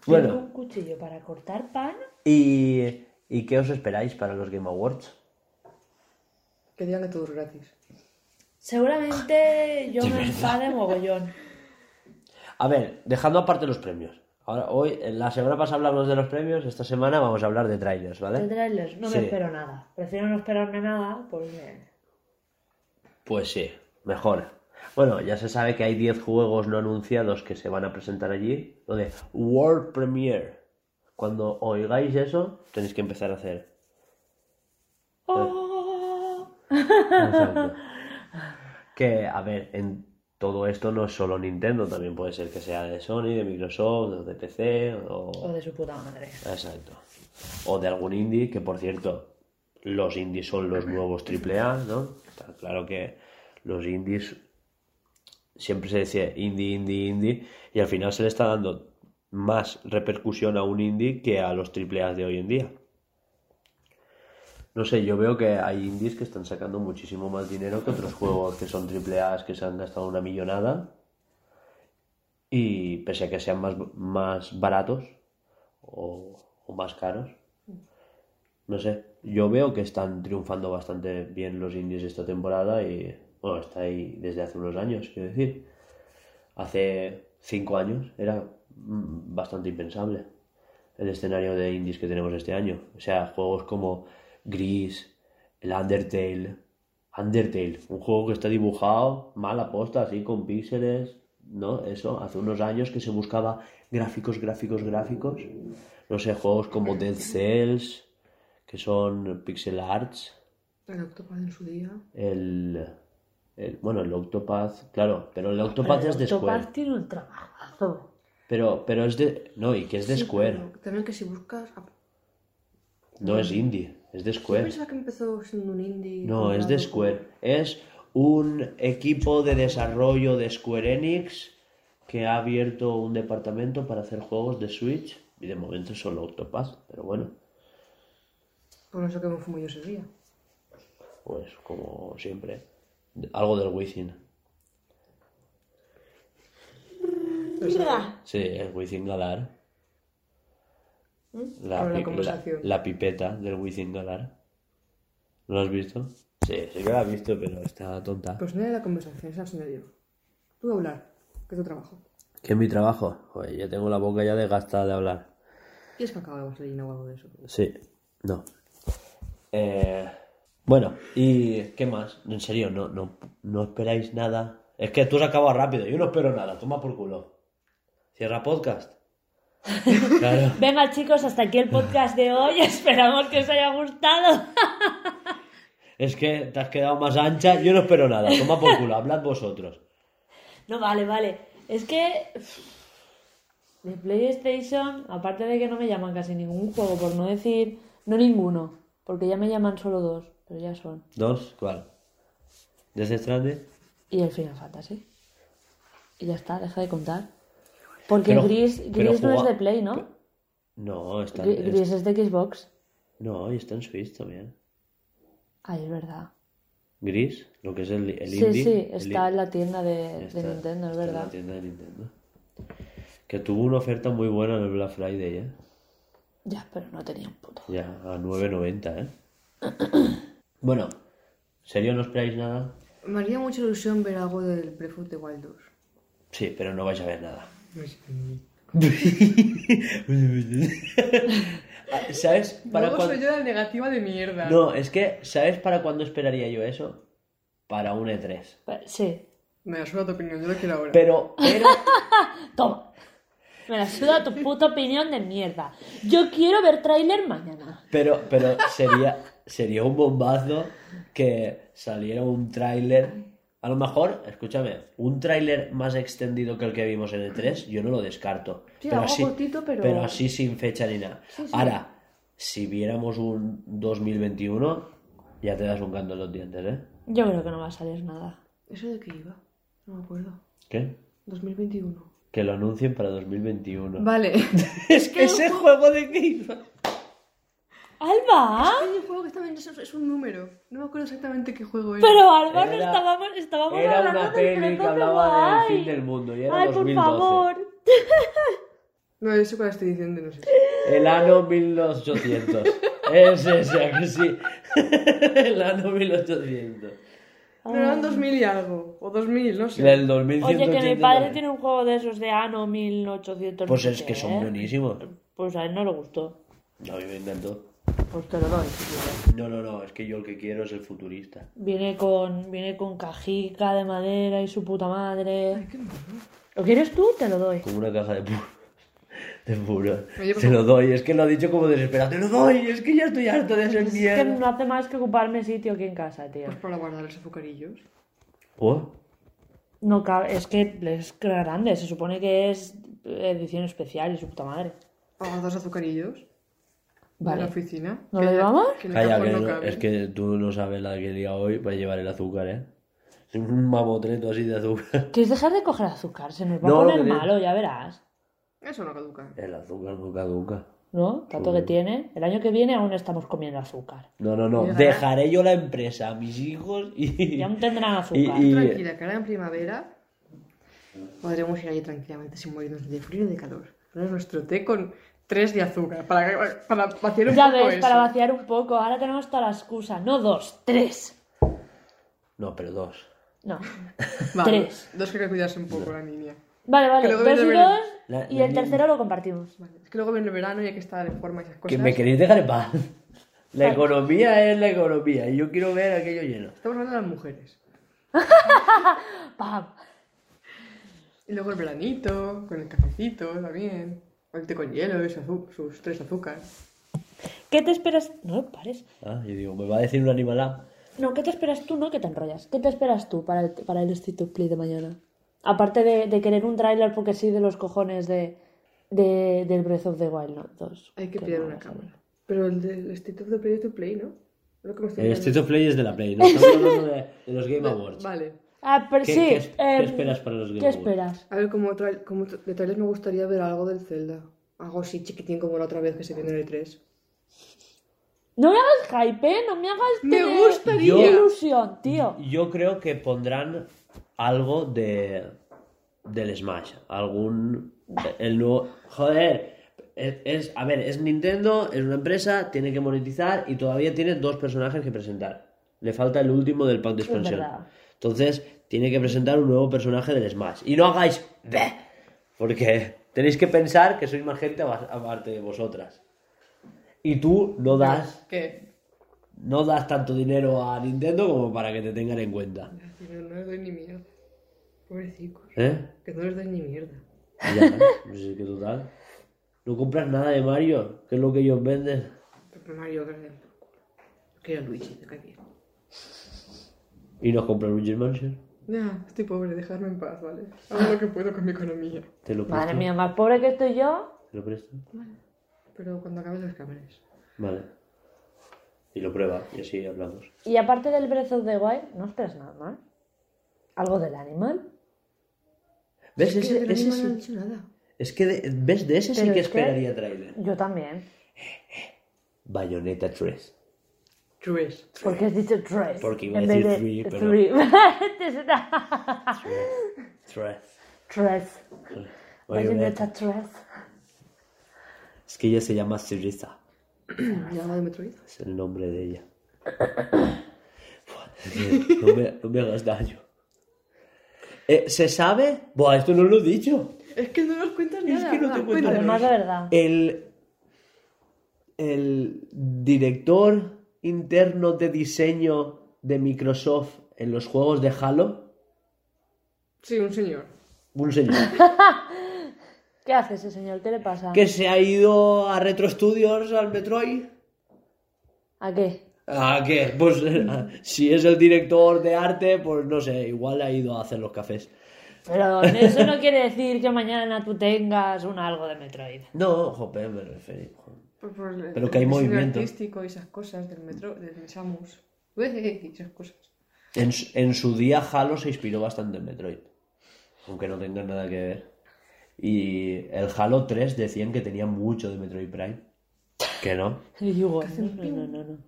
[SPEAKER 1] Bueno.
[SPEAKER 4] Tengo un cuchillo para cortar pan.
[SPEAKER 1] ¿Y, y qué os esperáis para los Game Awards?
[SPEAKER 2] Que digan que todo es gratis.
[SPEAKER 4] Seguramente yo me enfade mogollón.
[SPEAKER 1] A ver, dejando aparte los premios. Ahora, hoy, en la semana pasada hablamos de los premios, esta semana vamos a hablar de trailers,
[SPEAKER 4] El
[SPEAKER 1] ¿vale?
[SPEAKER 4] trailer, no
[SPEAKER 1] Sí.
[SPEAKER 4] me espero nada. Prefiero no esperarme nada porque.
[SPEAKER 1] Pues sí, mejor. Bueno, ya se sabe que hay 10 juegos no anunciados que se van a presentar allí. Lo de World Premiere. Cuando oigáis eso, tenéis que empezar a hacer.
[SPEAKER 4] ¡Oh!
[SPEAKER 1] Exacto. que, a ver, en todo esto no es solo Nintendo, también puede ser que sea de Sony, de Microsoft, o de PC,
[SPEAKER 4] O de su puta madre.
[SPEAKER 1] Exacto. O de algún indie, que por cierto, los indies son los nuevos AAA, ¿no? Está claro que los indies siempre se decía indie, indie, indie, y al final se le está dando más repercusión a un indie que a los AAA de hoy en día. No sé, yo veo que hay indies que están sacando muchísimo más dinero que otros juegos que son AAA que se han gastado una millonada. Y pese a que sean más, más baratos, o, o más caros. No sé, yo veo que están triunfando bastante bien los indies esta temporada y, bueno, está ahí desde hace unos años, quiero decir. Hace cinco años era mm, bastante impensable el escenario de indies que tenemos este año. O sea, juegos como Gris, el Undertale. Undertale, un juego que está dibujado mal aposta, así con píxeles, ¿no? Eso, hace unos años que se buscaba gráficos, gráficos, gráficos. No sé, juegos como Dead Cells, que son pixel arts.
[SPEAKER 2] El Octopad en su día.
[SPEAKER 1] El, el- bueno, el Octopath, claro, pero el Octopath
[SPEAKER 4] Pero
[SPEAKER 1] es de
[SPEAKER 4] Octopath
[SPEAKER 1] Square.
[SPEAKER 4] tiene un trabajazo.
[SPEAKER 1] Pero, pero es de, no, y que es de
[SPEAKER 2] Sí,
[SPEAKER 1] Square,
[SPEAKER 2] pero También que si buscas. ah,
[SPEAKER 1] no es indie, es de
[SPEAKER 2] Yo
[SPEAKER 1] Square.
[SPEAKER 2] pensaba que empezó siendo un indie.
[SPEAKER 1] No, es de
[SPEAKER 2] comprado.
[SPEAKER 1] Square. Es un equipo de desarrollo de Square Enix que ha abierto un departamento para hacer juegos de Switch. Y de momento es solo Octopath, pero bueno,
[SPEAKER 2] Por eso que me fumo yo ese día.
[SPEAKER 1] pues como siempre. Algo del Within. Sí, el Within Galar. La,
[SPEAKER 2] Con la
[SPEAKER 1] pi-
[SPEAKER 2] conversación.
[SPEAKER 1] la- la pipeta del Within Galar. ¿Lo has visto? Sí, sí que la he visto, pero está tonta.
[SPEAKER 2] Pues no era la conversación, esa señora yo. Tú hablar, que es tu trabajo.
[SPEAKER 1] ¿Qué es mi trabajo? Joder, ya tengo la boca ya desgastada de hablar.
[SPEAKER 2] Y es que acaba de vaselina o algo de eso.
[SPEAKER 1] Sí, no. Eh, bueno, ¿y qué más? En serio, no, no, no esperáis nada. Es que tú has acabado rápido, yo no espero nada, toma por culo. Cierra podcast. Claro.
[SPEAKER 4] Venga chicos, hasta aquí el podcast de hoy. Esperamos que os haya gustado.
[SPEAKER 1] Es que te has quedado más ancha, yo no espero nada, toma por culo, hablad vosotros.
[SPEAKER 4] No, vale, vale. Es que de PlayStation, aparte de que no me llaman casi ningún juego, por no decir, no ninguno, porque ya me llaman solo dos, pero ya son.
[SPEAKER 1] Dos, ¿cuál? ¿Desde Stranding?
[SPEAKER 4] Y el Final Fantasy. Y ya está, deja de contar. Porque
[SPEAKER 1] Pero-
[SPEAKER 4] Gris,
[SPEAKER 1] pero
[SPEAKER 4] Gris no es
[SPEAKER 1] juega-
[SPEAKER 4] de Play, ¿no?
[SPEAKER 1] No, está
[SPEAKER 4] Gri-
[SPEAKER 1] en,
[SPEAKER 4] Gris es de Xbox.
[SPEAKER 1] no, y está en Switch también.
[SPEAKER 4] Ay, es verdad.
[SPEAKER 1] Gris, lo que es el, el
[SPEAKER 4] Sí,
[SPEAKER 1] indie.
[SPEAKER 4] sí,
[SPEAKER 1] el
[SPEAKER 4] está en la tienda de,
[SPEAKER 1] Está-
[SPEAKER 4] de Nintendo, es
[SPEAKER 1] está en la
[SPEAKER 4] verdad.
[SPEAKER 1] tienda de Nintendo. Que tuvo una oferta muy buena en el Black Friday, ¿eh?
[SPEAKER 4] Ya, pero no tenía un puto.
[SPEAKER 1] Ya, a 9.90, ¿eh? bueno, ¿serio no esperáis nada?
[SPEAKER 2] Me haría mucha ilusión ver algo del Breath of the Wild 2.
[SPEAKER 1] Pues Sí, pero no vais a ver nada. Ah, ¿Sabes? Para
[SPEAKER 2] Luego
[SPEAKER 1] cuan-
[SPEAKER 2] soy yo la negativa de mierda.
[SPEAKER 1] No, es que, ¿sabes para cuándo esperaría yo eso? Para un E E3.
[SPEAKER 4] Pero- Sí.
[SPEAKER 2] Me da suda tu opinión, yo lo quiero ahora.
[SPEAKER 1] Pero, pero,
[SPEAKER 4] Toma. Me la suda tu puta opinión de mierda. Yo quiero ver tráiler mañana.
[SPEAKER 1] pero, pero sería, sería un bombazo que saliera un tráiler. A lo mejor, escúchame, un tráiler más extendido que el que vimos en el 3, yo no lo descarto.
[SPEAKER 2] Sí, algo cortito, pero-
[SPEAKER 1] así sin fecha ni nada.
[SPEAKER 2] Sí, sí.
[SPEAKER 1] Ahora, si viéramos un 2021, ya te das un canto en los dientes, ¿eh?
[SPEAKER 4] Yo creo que no va a salir nada.
[SPEAKER 2] ¿Eso de qué iba? No me acuerdo.
[SPEAKER 1] ¿Qué?
[SPEAKER 2] 2021.
[SPEAKER 1] Que lo anuncien para 2021.
[SPEAKER 2] Vale.
[SPEAKER 1] Es que ese juego de Game
[SPEAKER 4] ¡Alba!
[SPEAKER 2] Hay un juego que también es, es un número. No me acuerdo exactamente qué juego era.
[SPEAKER 4] Pero Alba, no
[SPEAKER 1] Era-
[SPEAKER 4] estábamos, estábamos
[SPEAKER 1] Era
[SPEAKER 4] hablando
[SPEAKER 1] una
[SPEAKER 4] del
[SPEAKER 1] peli
[SPEAKER 4] Breath
[SPEAKER 1] que
[SPEAKER 4] of the
[SPEAKER 1] hablaba del
[SPEAKER 4] Wild.
[SPEAKER 1] fin del mundo y era
[SPEAKER 4] Ay,
[SPEAKER 1] 2012.
[SPEAKER 4] por favor.
[SPEAKER 2] No, eso cuál estoy diciendo, no sé.
[SPEAKER 1] El ano 1800. es ese, ¿a que sí. El ano 1800.
[SPEAKER 2] No, eran 2000 y algo. O 2000, no sé.
[SPEAKER 1] El 2189.
[SPEAKER 4] Oye, que mi padre tiene un juego de esos de ano 1800.
[SPEAKER 1] Pues
[SPEAKER 4] no
[SPEAKER 1] es
[SPEAKER 4] sé
[SPEAKER 1] que
[SPEAKER 4] qué,
[SPEAKER 1] son
[SPEAKER 4] ¿eh?
[SPEAKER 1] buenísimos.
[SPEAKER 4] Pues a él no le gustó.
[SPEAKER 1] No, a mí me encantó.
[SPEAKER 4] Pues te lo doy. si quieres.
[SPEAKER 1] No, no, no, es que yo el que quiero es el futurista.
[SPEAKER 4] Viene con, viene con cajica de madera y su puta madre.
[SPEAKER 2] qué mono.
[SPEAKER 4] ¿Lo quieres tú? Te lo doy.
[SPEAKER 1] Como una caja de puro. De puro.
[SPEAKER 2] Oye, pues-
[SPEAKER 1] Te lo doy, es que lo ha dicho como desesperado. Te lo doy, es que ya estoy harto de ese
[SPEAKER 4] Es que
[SPEAKER 1] mierda.
[SPEAKER 4] no hace más que ocuparme sitio aquí en casa, tío.
[SPEAKER 2] Pues para guardar los azucarillos.
[SPEAKER 1] Oh,
[SPEAKER 4] No cabe, es que es grande, se supone que es edición especial y su puta madre.
[SPEAKER 2] Para guardar los azucarillos. En la
[SPEAKER 4] Vale.
[SPEAKER 2] oficina.
[SPEAKER 4] ¿No
[SPEAKER 2] Que
[SPEAKER 4] lo
[SPEAKER 2] en la-
[SPEAKER 4] llevamos?
[SPEAKER 2] Que en el
[SPEAKER 1] Calla,
[SPEAKER 2] cajón
[SPEAKER 1] que
[SPEAKER 2] no
[SPEAKER 1] no-
[SPEAKER 2] cabe.
[SPEAKER 1] es que tú no sabes la que día hoy para llevar el azúcar, ¿eh? Es un mamotreto así de azúcar.
[SPEAKER 4] ¿Quieres dejar de coger azúcar? Se nos va
[SPEAKER 1] No,
[SPEAKER 4] a poner
[SPEAKER 1] que-
[SPEAKER 4] malo, ya verás.
[SPEAKER 2] Eso no caduca.
[SPEAKER 1] El azúcar no caduca.
[SPEAKER 4] ¿No? Tanto que tiene. El año que viene aún estamos comiendo azúcar.
[SPEAKER 1] No, no, no.
[SPEAKER 2] Llegará.
[SPEAKER 1] Dejaré yo la empresa a mis hijos y.
[SPEAKER 4] Y aún tendrán
[SPEAKER 1] y-
[SPEAKER 4] azúcar.
[SPEAKER 1] y-
[SPEAKER 2] Tranquila, que ahora en primavera podremos ir ahí tranquilamente sin morirnos de frío ni de calor. Poner nuestro té con 3 de azúcar para, para vaciar un
[SPEAKER 4] Ya
[SPEAKER 2] poco
[SPEAKER 4] ves,
[SPEAKER 2] eso.
[SPEAKER 4] para vaciar un poco. Ahora tenemos toda la excusa. No dos, tres.
[SPEAKER 1] No, pero dos.
[SPEAKER 4] No.
[SPEAKER 2] Vale,
[SPEAKER 4] Tres.
[SPEAKER 2] Dos que hay que cuidarse un poco la niña.
[SPEAKER 4] Vale,
[SPEAKER 2] Que
[SPEAKER 4] vale.
[SPEAKER 2] luego
[SPEAKER 4] Dos y
[SPEAKER 2] viene el-
[SPEAKER 4] dos.
[SPEAKER 1] La-
[SPEAKER 4] Y
[SPEAKER 1] la
[SPEAKER 4] el
[SPEAKER 1] niña-
[SPEAKER 4] tercero lo compartimos.
[SPEAKER 2] Vale, Es que luego viene el verano y hay que estar en forma y esas
[SPEAKER 1] Que
[SPEAKER 2] cosas.
[SPEAKER 1] me queréis dejar en paz. La
[SPEAKER 4] Vale.
[SPEAKER 1] economía es la economía y yo quiero ver aquello lleno.
[SPEAKER 2] Estamos hablando de las mujeres.
[SPEAKER 4] ¡Pam!
[SPEAKER 2] Y luego el veranito, con el cafecito también. El té con hielo y su azu- sus tres azúcares.
[SPEAKER 4] ¿Qué te esperas? No, pares.
[SPEAKER 1] Ah, yo digo, me va a decir un "Ah, animalá.
[SPEAKER 4] No, ¿qué te esperas tú? No, que te enrollas. ¿Qué te esperas tú para el, para el State of Play de mañana? Aparte de, de querer un tráiler porque sí de los cojones de, de- del Breath of the Wild no, 2.
[SPEAKER 2] Hay que pillar
[SPEAKER 4] no
[SPEAKER 2] una
[SPEAKER 4] vas a ver.
[SPEAKER 2] cámara. Pero el del State of the Play es de Play, ¿no? Lo que me estoy
[SPEAKER 1] El
[SPEAKER 2] mirando.
[SPEAKER 1] State eh, of Play es de la Play, no estamos hablando de, de los Game Awards.
[SPEAKER 2] Vale.
[SPEAKER 4] Ah, pero
[SPEAKER 1] ¿Qué-
[SPEAKER 4] sí.
[SPEAKER 1] qué es- qué
[SPEAKER 4] em,
[SPEAKER 1] esperas para los Game
[SPEAKER 4] ¿Qué
[SPEAKER 1] Awards?
[SPEAKER 4] esperas?
[SPEAKER 2] A ver, como, tra- como tra- de trailers me gustaría ver algo del Zelda. Algo así chiquitín como la otra vez que se vio en el 3.
[SPEAKER 4] No me hagas hype, ¿eh? No me hagas
[SPEAKER 2] Me
[SPEAKER 4] tener
[SPEAKER 2] gustaría.
[SPEAKER 1] Yo-
[SPEAKER 4] ilusión, tío.
[SPEAKER 1] Yo creo que pondrán algo de del Smash, algún el nuevo joder, es, es- a ver, es Nintendo, es una empresa, tiene que monetizar y todavía tiene dos personajes que presentar. Le falta el último del pack de expansión.
[SPEAKER 4] verdad.
[SPEAKER 1] Entonces, tiene que presentar un nuevo personaje del Smash y no hagáis "Bleh", porque tenéis que pensar que sois más gente aba- aparte de vosotras. Y tú no das
[SPEAKER 2] ¿Qué?
[SPEAKER 1] no das tanto dinero a Nintendo como para que te tengan en cuenta.
[SPEAKER 2] No, no les doy ni mierda. Pobrecicos.
[SPEAKER 1] ¿Eh?
[SPEAKER 2] Que no les doy ni mierda.
[SPEAKER 1] Ya, pues es que total. No compras nada de Mario, que es lo que ellos venden.
[SPEAKER 2] Pero Mario, que le den por culo. Quiero a Luigi, me cae bien.
[SPEAKER 1] Y nos compran Luigi's Mansion.
[SPEAKER 2] Ya, estoy pobre, dejadme en paz, ¿vale? Hago lo que puedo con mi economía.
[SPEAKER 1] Te lo presto.
[SPEAKER 4] Madre mía, más pobre que estoy yo.
[SPEAKER 1] Te lo presto.
[SPEAKER 2] Pero cuando acabes las cámaras.
[SPEAKER 1] Vale. Y lo prueba, y así hablamos.
[SPEAKER 4] Y aparte del Breath of the Wild, no esperas nada más. ¿Algo del animal?
[SPEAKER 1] ¿Ves?
[SPEAKER 2] Es que
[SPEAKER 1] Ese,
[SPEAKER 2] del
[SPEAKER 1] ese
[SPEAKER 2] anime no han
[SPEAKER 1] sí-
[SPEAKER 2] dicho nada.
[SPEAKER 1] es que de, ¿Ves? De ese sí
[SPEAKER 4] Pero
[SPEAKER 1] que
[SPEAKER 4] es que-
[SPEAKER 1] esperaría tráiler.
[SPEAKER 4] Yo también.
[SPEAKER 1] Bayonetta 3.
[SPEAKER 2] Tres.
[SPEAKER 4] Porque has dicho tres.
[SPEAKER 1] Porque iba a
[SPEAKER 4] en
[SPEAKER 1] decir
[SPEAKER 4] vez
[SPEAKER 1] three,
[SPEAKER 4] de
[SPEAKER 1] pero-
[SPEAKER 4] three. Este es una-
[SPEAKER 1] 3.
[SPEAKER 4] Tres. Bayonetta
[SPEAKER 1] Bayonetta.
[SPEAKER 4] tres.
[SPEAKER 1] Es que ella se llama Syriza.
[SPEAKER 2] ¿Y algo de Metroid?
[SPEAKER 1] Es el nombre de ella. Buah, no, me, no me hagas daño. Eh, ¿Se sabe? Buah, esto no lo he dicho.
[SPEAKER 2] Es que no nos cuentas
[SPEAKER 1] Es
[SPEAKER 2] nada.
[SPEAKER 1] que no te
[SPEAKER 2] Ah,
[SPEAKER 1] cuento
[SPEAKER 2] cuéntanos.
[SPEAKER 4] Además, la verdad.
[SPEAKER 1] El, el director interno de diseño de Microsoft en los juegos de Halo,
[SPEAKER 2] Sí, un señor.
[SPEAKER 1] un señor
[SPEAKER 4] ¿Qué hace ese señor? ¿Qué le pasa?
[SPEAKER 1] que se ha ido a Retro Studios al Metroid.
[SPEAKER 4] ¿A qué?
[SPEAKER 1] ¿A qué? Pues si es el director de arte, pues no sé, igual ha ido a hacer los cafés.
[SPEAKER 4] Pero eso no quiere decir que mañana tú tengas un algo de Metroid.
[SPEAKER 1] No, jope, me refiero.
[SPEAKER 2] Por- por el-
[SPEAKER 1] Pero que hay
[SPEAKER 2] el diseño
[SPEAKER 1] movimiento.
[SPEAKER 2] artístico y esas cosas del metro, del Samus. Ué, y esas cosas.
[SPEAKER 1] En, su- en su día Halo se inspiró bastante en Metroid, aunque no tenga nada que ver. Y el Halo 3 decían que tenía mucho de Metroid Prime, que no,
[SPEAKER 4] Y digo, no, no, no, no.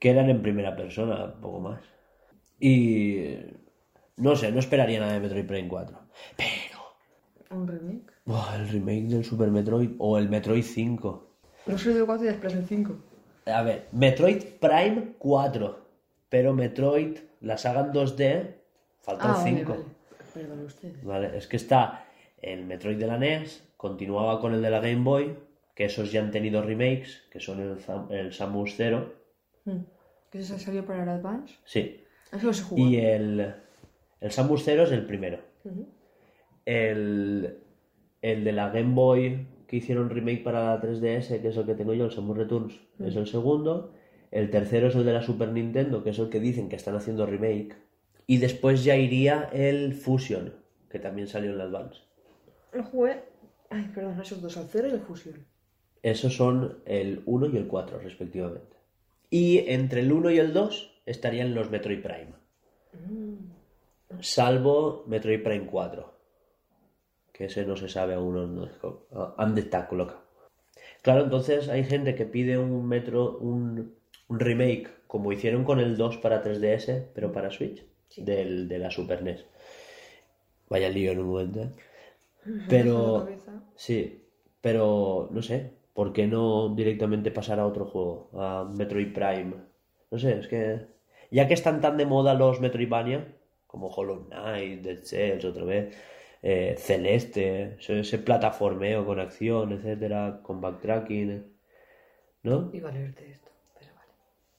[SPEAKER 1] que eran en primera persona, poco más. Y no sé, no esperaría nada de Metroid Prime 4. Pero,
[SPEAKER 2] Un remake.
[SPEAKER 1] buah, el remake del Super Metroid o el Metroid 5.
[SPEAKER 2] No soy del 4 y después el 5.
[SPEAKER 1] A ver, Metroid Prime 4. Pero Metroid, la saga en 2D, faltan
[SPEAKER 2] Ah, vale,
[SPEAKER 1] 5.
[SPEAKER 2] vale. Perdón, ustedes.
[SPEAKER 1] Vale, es que está el Metroid de la NES, continuaba con el de la Game Boy, que esos ya han tenido remakes, que son el, Zam- el Samus 0.
[SPEAKER 2] ¿Que se salió para el Advance?
[SPEAKER 1] Sí.
[SPEAKER 2] Hmm. Eso no se jugó.
[SPEAKER 1] Y eh, el, el Samus 0 es el primero.
[SPEAKER 2] Ujú.
[SPEAKER 1] El, el de la Game Boy que hicieron remake para la 3DS, que es el que tengo yo, el Samus Returns, es el segundo. El tercero es el de la Super Nintendo, que es el que dicen que están haciendo remake. Y después ya iría el Fusion, que también salió en la Advance.
[SPEAKER 2] Lo jugué. Ay, perdón, esos dos al cero y el fusión.
[SPEAKER 1] Esos son el 1 y el 4, respectivamente. Y entre el 1 y el 2 estarían los Metroid Prime. Salvo Metroid Prime 4. Que ese no se sabe aún dónde ah, dónde está colocado. Claro, entonces hay gente que pide un metro, un, un remake, como hicieron con el 2 para 3DS, pero para Switch, del, de la Super NES. Vaya lío en un momento. ¿eh?
[SPEAKER 2] dejado
[SPEAKER 1] Pero
[SPEAKER 2] la cabeza.
[SPEAKER 1] sí, pero no sé, ¿por qué no directamente pasar a otro juego? A Metroid Prime. No sé, es que ya que están tan de moda los Metroidvania, como Hollow Knight, Dead Cells otra vez, eh, Celeste, ese, ese plataformeo con acción, etcétera, con backtracking, ¿no?
[SPEAKER 2] Iba a leerte esto, pero vale.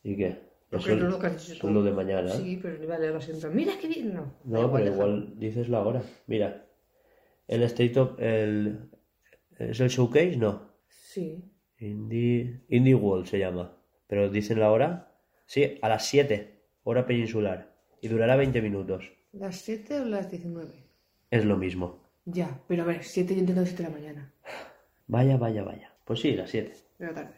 [SPEAKER 1] ¿Y qué?
[SPEAKER 2] Porque
[SPEAKER 1] Eso
[SPEAKER 2] no lo que has dicho
[SPEAKER 1] son
[SPEAKER 2] tú.
[SPEAKER 1] lo de mañana. ¿eh?
[SPEAKER 2] Sí, pero le iba a leer la siento. Mira qué bien. No,
[SPEAKER 1] No,
[SPEAKER 2] da
[SPEAKER 1] pero
[SPEAKER 2] déjalo.
[SPEAKER 1] igual dices la hora. Mira, el State of... El, ¿Es el Showcase? No.
[SPEAKER 2] Sí.
[SPEAKER 1] Indie, Indie World se llama. Pero dicen la hora. Sí, a las 7, hora peninsular. Y durará 20 minutos.
[SPEAKER 2] ¿Las 7 o las 19?
[SPEAKER 1] Es lo mismo.
[SPEAKER 2] Ya, pero a ver, 7 yo entiendo 7 de la mañana.
[SPEAKER 1] Vaya, vaya, vaya. Pues sí, las 7.
[SPEAKER 2] De la tarde.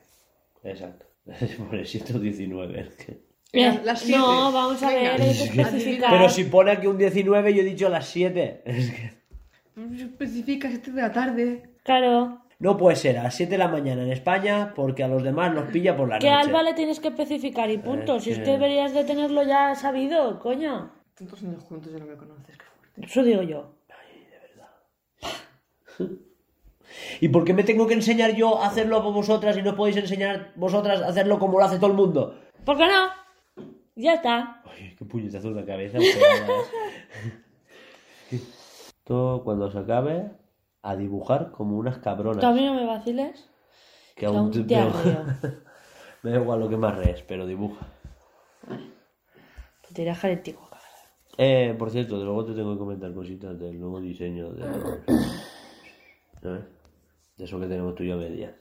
[SPEAKER 1] Exacto. Por el 119. es que-
[SPEAKER 2] Las- las siete.
[SPEAKER 4] No, vamos a
[SPEAKER 2] Venga.
[SPEAKER 4] ver, hay que especificar.
[SPEAKER 1] Pero si pone aquí un 19, yo he dicho las 7. Es que...
[SPEAKER 2] Especifica 7 de la tarde.
[SPEAKER 4] Claro,
[SPEAKER 1] No puede ser a las 7 de la mañana en España porque a los demás nos pilla por la
[SPEAKER 4] que
[SPEAKER 1] noche. Eh,
[SPEAKER 4] al vale tienes que especificar y punto.
[SPEAKER 1] Es
[SPEAKER 4] si es
[SPEAKER 1] que-
[SPEAKER 4] que deberías de tenerlo ya sabido, coño.
[SPEAKER 2] Tantos años juntos ya no me conoces, qué fuerte.
[SPEAKER 4] Eso digo yo.
[SPEAKER 1] ¿Y por qué me tengo que enseñar yo a hacerlo a vosotras y no podéis enseñar vosotras a hacerlo como lo hace todo el mundo?
[SPEAKER 4] ¿Por qué no? Ya está.
[SPEAKER 1] Ay, qué puñetazo en la cabeza. pero nada. Esto cuando se acabe, a dibujar como unas cabronas.
[SPEAKER 4] Tú a mí no me vaciles.
[SPEAKER 1] que
[SPEAKER 4] que
[SPEAKER 1] aún
[SPEAKER 4] aún
[SPEAKER 1] te-
[SPEAKER 4] te
[SPEAKER 1] pero-
[SPEAKER 4] arreo.
[SPEAKER 1] Me da igual lo que más rees, pero dibuja.
[SPEAKER 4] Te irás calentico.
[SPEAKER 1] Eh, por cierto, de luego te tengo que comentar cositas del nuevo diseño de ¿Sabes? De eso que tenemos tú y yo a medias.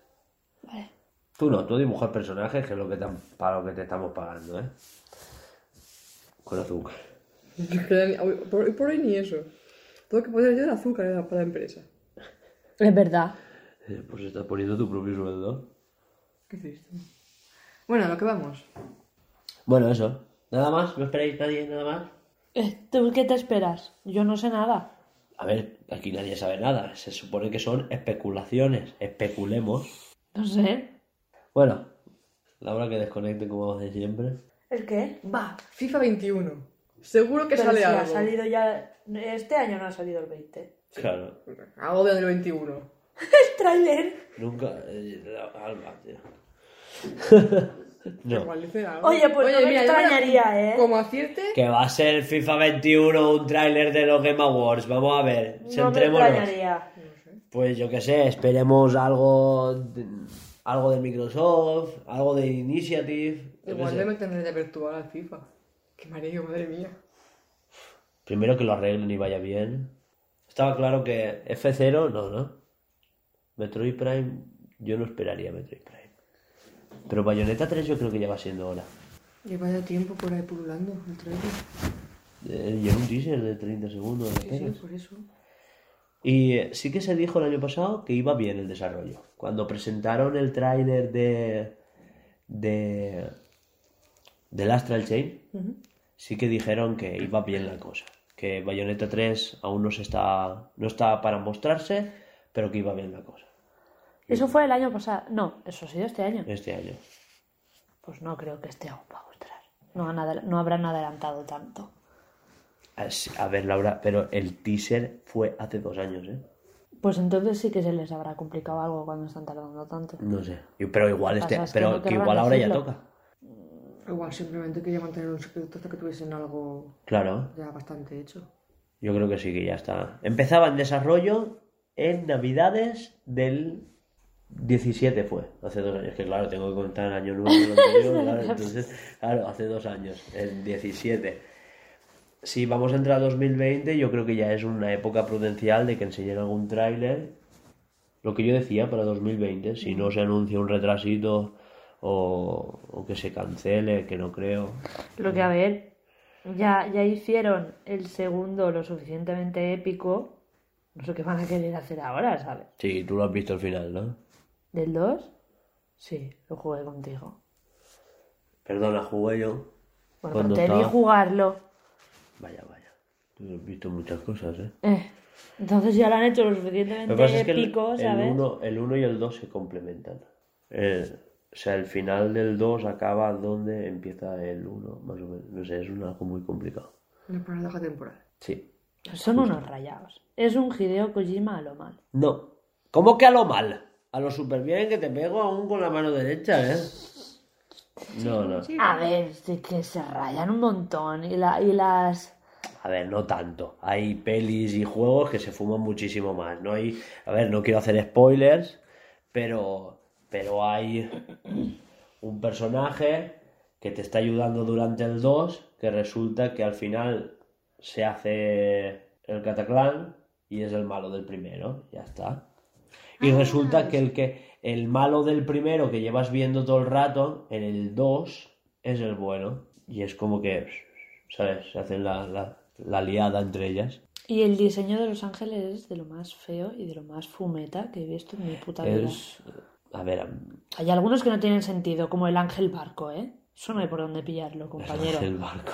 [SPEAKER 4] Vale.
[SPEAKER 1] Tú no, tú dibujas personajes, que es lo que te han- para lo que te estamos pagando, ¿eh? Con azúcar.
[SPEAKER 2] Por, por hoy ni eso. Tengo que poner yo el azúcar eh, para la empresa.
[SPEAKER 4] Es verdad.
[SPEAKER 1] Eh, Pues estás poniendo tu propio sueldo.
[SPEAKER 2] Qué triste. Bueno, a lo que vamos.
[SPEAKER 1] Bueno, eso. Nada más, no esperáis nadie, nada más.
[SPEAKER 4] Eh, ¿Tú qué te esperas? Yo no sé nada.
[SPEAKER 1] A ver, aquí nadie sabe nada. Se supone que son especulaciones. Especulemos.
[SPEAKER 4] No sé.
[SPEAKER 1] Bueno, la hora que desconecten como hace siempre.
[SPEAKER 4] ¿El qué?
[SPEAKER 2] Va, FIFA 21. Seguro que sale algo.
[SPEAKER 4] ya... Este año no ha salido el 20.
[SPEAKER 1] Claro.
[SPEAKER 2] Algo del 21.
[SPEAKER 4] ¡El tráiler!
[SPEAKER 1] Nunca. eh, la- Alba, tío. No.
[SPEAKER 2] Igual dice algo.
[SPEAKER 4] Oye, pues no me
[SPEAKER 2] yo voy a-
[SPEAKER 4] extrañaría, ¿eh?
[SPEAKER 2] Como acierte,
[SPEAKER 1] Que va a ser FIFA 21 un tráiler de los Game Awards. Vamos a ver,
[SPEAKER 4] No me
[SPEAKER 1] centrémonos.
[SPEAKER 4] extrañaría.
[SPEAKER 1] Pues yo qué sé, esperemos algo de, algo de Microsoft, algo de Initiative. yo
[SPEAKER 2] igual
[SPEAKER 1] qué
[SPEAKER 2] le
[SPEAKER 1] sé.
[SPEAKER 2] meten realidad virtual al FIFA. Qué mareo, madre mía.
[SPEAKER 1] Primero que lo arreglen y vaya bien. Estaba claro que F0, no, no. Metroid Prime, yo no esperaría Metroid Prime. Pero Bayonetta 3 yo creo que ya va siendo hora.
[SPEAKER 2] Lleva ya tiempo por ahí pululando el trailer.
[SPEAKER 1] Eh, y en un teaser de 30 segundos.
[SPEAKER 2] Sí,
[SPEAKER 1] apenas.
[SPEAKER 2] sí, por eso.
[SPEAKER 1] Y eh, sí que se dijo el año pasado que iba bien el desarrollo. Cuando presentaron el tráiler de de del Astral Chain, sí que dijeron que iba bien la cosa, que Bayonetta 3 aún no se está no está para mostrarse, pero que iba bien la cosa
[SPEAKER 4] Eso fue el año pasado. No, eso ha sido este año.
[SPEAKER 1] este año.
[SPEAKER 4] Pues no creo que esté aún para mostrar. No, han adel- no habrán adelantado tanto.
[SPEAKER 1] Así- A ver, Laura, pero el teaser fue hace dos años, ¿eh?
[SPEAKER 4] Pues entonces sí que se les habrá complicado algo cuando están tardando tanto.
[SPEAKER 1] No sé. Y- Pero igual
[SPEAKER 4] Lo que
[SPEAKER 1] este,
[SPEAKER 4] pasa es que
[SPEAKER 1] pero
[SPEAKER 4] no
[SPEAKER 1] que
[SPEAKER 4] querrán
[SPEAKER 1] igual ahora ya
[SPEAKER 4] decirlo.
[SPEAKER 1] toca.
[SPEAKER 2] Igual simplemente quería mantener un secreto hasta que tuviesen algo
[SPEAKER 1] Claro.
[SPEAKER 2] ya bastante hecho.
[SPEAKER 1] Yo creo que sí, que ya está. Empezaba en desarrollo en Navidades del 17 fue, hace dos años, que claro, tengo que contar el año nuevo, el anterior, claro, entonces, claro, hace dos años, el 17. Si vamos a entrar a 2020, yo creo que ya es una época prudencial de que enseñen algún tráiler. Lo que yo decía para 2020, si no se anuncia un retrasito o, o que se cancele, que no creo.
[SPEAKER 4] Lo que a ver, ya, ya hicieron el segundo lo suficientemente épico. No sé qué van a querer hacer ahora, ¿sabes?
[SPEAKER 1] Sí, tú lo has visto al final, ¿no?
[SPEAKER 4] ¿Del 2? Sí, lo jugué contigo.
[SPEAKER 1] Perdona, jugué yo.
[SPEAKER 4] Bueno, pero
[SPEAKER 1] Cuando
[SPEAKER 4] te vi
[SPEAKER 1] estaba-
[SPEAKER 4] jugarlo.
[SPEAKER 1] Vaya, vaya. Tú has visto muchas cosas, ¿eh?
[SPEAKER 4] Eh, entonces ya lo han hecho lo
[SPEAKER 1] Lo
[SPEAKER 4] suficientemente
[SPEAKER 1] que pasa es que el-
[SPEAKER 4] épico, ¿sabes?
[SPEAKER 1] el 1 el uno y el 2 se complementan. El- o sea, el final del 2 acaba donde empieza el 1, más o menos. No sé, es un algo muy complicado.
[SPEAKER 2] Una parada temporal.
[SPEAKER 1] Sí.
[SPEAKER 4] Son unos rayados. Es un Hideo Kojima a lo mal.
[SPEAKER 1] No. ¿Cómo que a lo mal? A lo súper bien que te pego aún con la mano derecha, ¿eh? No, no.
[SPEAKER 4] A ver, sí que se rayan un montón y, la, y las...
[SPEAKER 1] A ver, no tanto. Hay pelis y juegos que se fuman muchísimo más. No hay. A ver, no quiero hacer spoilers, pero. Pero hay un personaje que te está ayudando durante el 2, que resulta que al final se hace el cataclán y es el malo del primero. Ya está. Y resulta que el que el malo del primero que llevas viendo todo el rato, en el 2, es el bueno. Y es como que, ¿sabes? Se hacen la, la, la liada entre ellas.
[SPEAKER 4] Y el diseño de Los Ángeles es de lo más feo y de lo más fumeta que he visto en mi puta vida.
[SPEAKER 1] Es. A ver,
[SPEAKER 4] Hay algunos que no tienen sentido, como el ángel barco, ¿eh? Eso no hay por dónde pillarlo,
[SPEAKER 1] es pues el
[SPEAKER 4] compañero.
[SPEAKER 1] barco.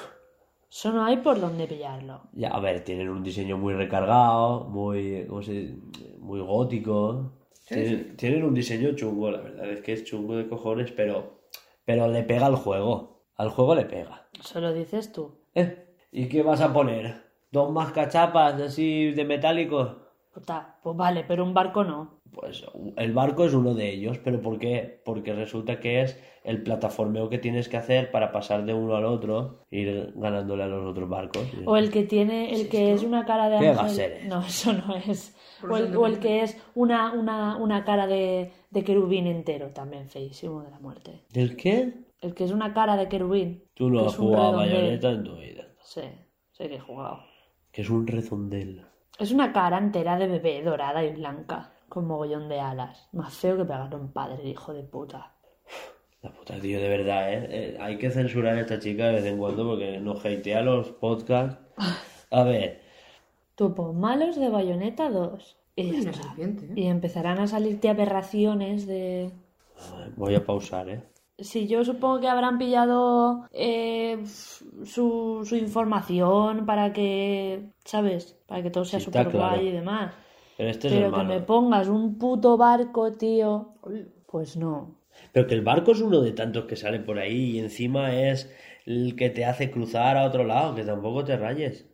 [SPEAKER 4] Eso no hay por dónde pillarlo.
[SPEAKER 1] Ya, a ver, tienen un diseño muy recargado, muy. ¿cómo se dice? Muy gótico. Tienen, tienen un diseño chungo, la verdad es que es chungo de cojones, pero. Pero le pega al juego. Al juego le pega.
[SPEAKER 4] Eso lo dices tú.
[SPEAKER 1] ¿Eh? ¿Y qué vas a poner? ¿Dos mascachapas así de metálico?
[SPEAKER 4] Puta, pues vale, pero un barco no.
[SPEAKER 1] Pues el barco es uno de ellos, pero ¿por qué? Porque resulta que es el plataformeo que tienes que hacer para pasar de uno al otro e ir ganándole a los otros barcos.
[SPEAKER 4] O el que tiene, el que es una cara de
[SPEAKER 1] ¿Qué
[SPEAKER 4] ángel.
[SPEAKER 1] va a ser eso?
[SPEAKER 4] No, eso no es.
[SPEAKER 2] Por
[SPEAKER 4] O
[SPEAKER 2] eso
[SPEAKER 4] el,
[SPEAKER 2] no
[SPEAKER 4] o el
[SPEAKER 2] me-
[SPEAKER 4] que es una, una, una cara de, de querubín entero, también feísimo de la muerte.
[SPEAKER 1] ¿Del qué?
[SPEAKER 4] El que es una cara de querubín.
[SPEAKER 1] Tú no
[SPEAKER 4] que
[SPEAKER 1] has
[SPEAKER 4] es un
[SPEAKER 1] jugado a
[SPEAKER 4] redondel.
[SPEAKER 1] Bayonetta en tu vida.
[SPEAKER 4] Sí, sí que he jugado.
[SPEAKER 1] Que es un rezondel.
[SPEAKER 4] Es una cara entera de bebé dorada y blanca, con mogollón de alas. Más feo que pegar a un padre, hijo de puta.
[SPEAKER 1] La puta, tío, de verdad, ¿eh? Eh, Hay que censurar a esta chica de vez en cuando porque nos hatea los podcasts.
[SPEAKER 4] Ah.
[SPEAKER 1] A ver,
[SPEAKER 4] Topo malos de Bayonetta 2. Y, ya
[SPEAKER 2] Uy, una
[SPEAKER 4] está.
[SPEAKER 2] serpiente, ¿eh?
[SPEAKER 4] Y empezarán a salirte aberraciones de...
[SPEAKER 1] voy a pausar, ¿eh?
[SPEAKER 4] Si yo supongo que habrán pillado eh, su, su información para que, ¿sabes? Para que todo sea
[SPEAKER 1] Sí, está
[SPEAKER 4] súper guay
[SPEAKER 1] claro.
[SPEAKER 4] y demás.
[SPEAKER 1] Pero este es
[SPEAKER 4] Pero
[SPEAKER 1] el
[SPEAKER 4] que me
[SPEAKER 1] malo.
[SPEAKER 4] pongas un puto barco, tío. Pues no.
[SPEAKER 1] Pero que el barco es uno de tantos que sale por ahí y encima es el que te hace cruzar a otro lado, que tampoco te rayes.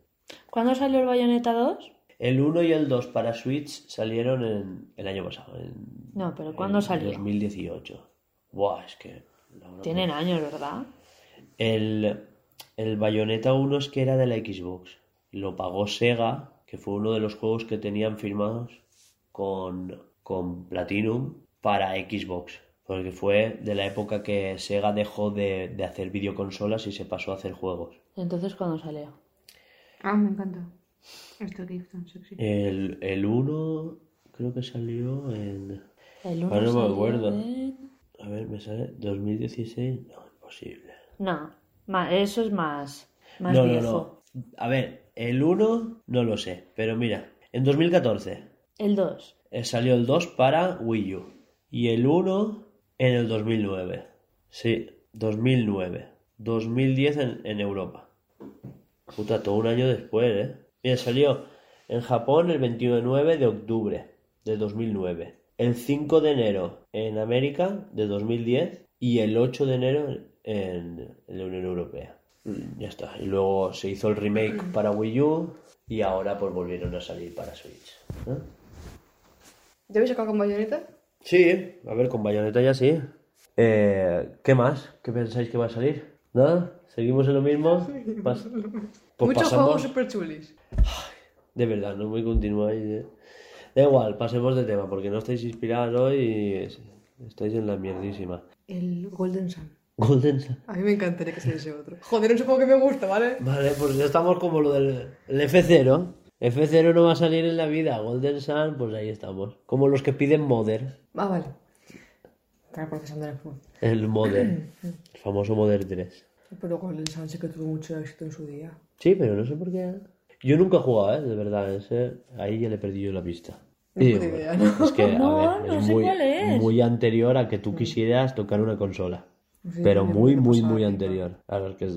[SPEAKER 4] ¿Cuándo salió el Bayonetta 2?
[SPEAKER 1] El 1 y el 2 para Switch salieron en el año pasado, en,
[SPEAKER 4] Eh, No, pero ¿cuándo
[SPEAKER 1] en
[SPEAKER 4] salió?
[SPEAKER 1] 2018. Buah, es que No, no,
[SPEAKER 4] Tienen años, ¿verdad?
[SPEAKER 1] El, el Bayonetta 1 es que era de la Xbox. Lo pagó Sega, que fue uno de los juegos que tenían firmados con, con Platinum para Xbox. Porque fue de la época que Sega dejó de, de hacer videoconsolas y se pasó a hacer juegos.
[SPEAKER 4] Entonces, cuando salió?
[SPEAKER 2] Ah, me encanta. Esto que es tan sexy.
[SPEAKER 1] El, el 1 creo que salió en...
[SPEAKER 4] El uno
[SPEAKER 1] Ahora no me
[SPEAKER 4] salió
[SPEAKER 1] acuerdo.
[SPEAKER 4] en-
[SPEAKER 1] A ver, me sale 2016. No, imposible.
[SPEAKER 4] No, ma- eso es más, más
[SPEAKER 1] no,
[SPEAKER 4] viejo.
[SPEAKER 1] no, no. A ver, el 1 no lo sé, pero mira, en 2014
[SPEAKER 4] El 2.
[SPEAKER 1] eh, salió el 2 para Wii U y el 1 en el 2009. Sí, 2009. 2010 en, en Europa. Puta, todo un año después, ¿eh? Mira, salió en Japón el 29 de octubre de 2009. El 5 de enero en América de 2010 y el 8 de enero en la Unión Europea. Mm, Ya está. Y luego se hizo el remake para Wii U y ahora pues volvieron a salir para Switch. ¿eh?
[SPEAKER 2] ¿Ya habéis sacado con bayoneta?
[SPEAKER 1] Sí, a ver, con Bayonetta ya sí. Eh, ¿Qué más? ¿Qué pensáis que va a salir? ¿Nada? ¿Seguimos en lo mismo? Pas- pues
[SPEAKER 2] Muchos
[SPEAKER 1] pasamos-
[SPEAKER 2] juegos super chulis.
[SPEAKER 1] De verdad, no me continuáis. eh. Da igual, pasemos de tema, porque no estáis inspirados hoy y es- estáis en la mierdísima.
[SPEAKER 2] El Golden Sun.
[SPEAKER 1] Golden Sun.
[SPEAKER 2] A mí me encantaría que saliese otro. Joder, es un juego que me gusta, ¿vale?
[SPEAKER 1] Vale, pues ya estamos como lo del el F0. F0 no va a salir en la vida. Golden Sun, pues ahí estamos. Como los que piden Mother.
[SPEAKER 2] Ah, vale. Estaba procesando la información.
[SPEAKER 1] El Mother. El famoso Mother 3.
[SPEAKER 2] Pero Golden Sun sí que tuvo mucho éxito en su día.
[SPEAKER 1] Sí, pero no sé por qué. Yo nunca he jugado, ¿eh? De verdad, ese- ahí ya le he perdido la pista.
[SPEAKER 2] Ni
[SPEAKER 1] Y,
[SPEAKER 2] puta
[SPEAKER 1] bueno,
[SPEAKER 2] idea, ¿no?
[SPEAKER 1] Es que, a
[SPEAKER 4] No,
[SPEAKER 1] ver,
[SPEAKER 4] no
[SPEAKER 1] es
[SPEAKER 4] sé
[SPEAKER 1] muy,
[SPEAKER 4] cuál es.
[SPEAKER 1] muy anterior a que tú quisieras tocar una consola.
[SPEAKER 2] Mm. Sí,
[SPEAKER 1] pero
[SPEAKER 2] me
[SPEAKER 1] muy,
[SPEAKER 2] lo
[SPEAKER 1] muy,
[SPEAKER 2] pasaba
[SPEAKER 1] muy
[SPEAKER 2] pipa.
[SPEAKER 1] anterior. A los que,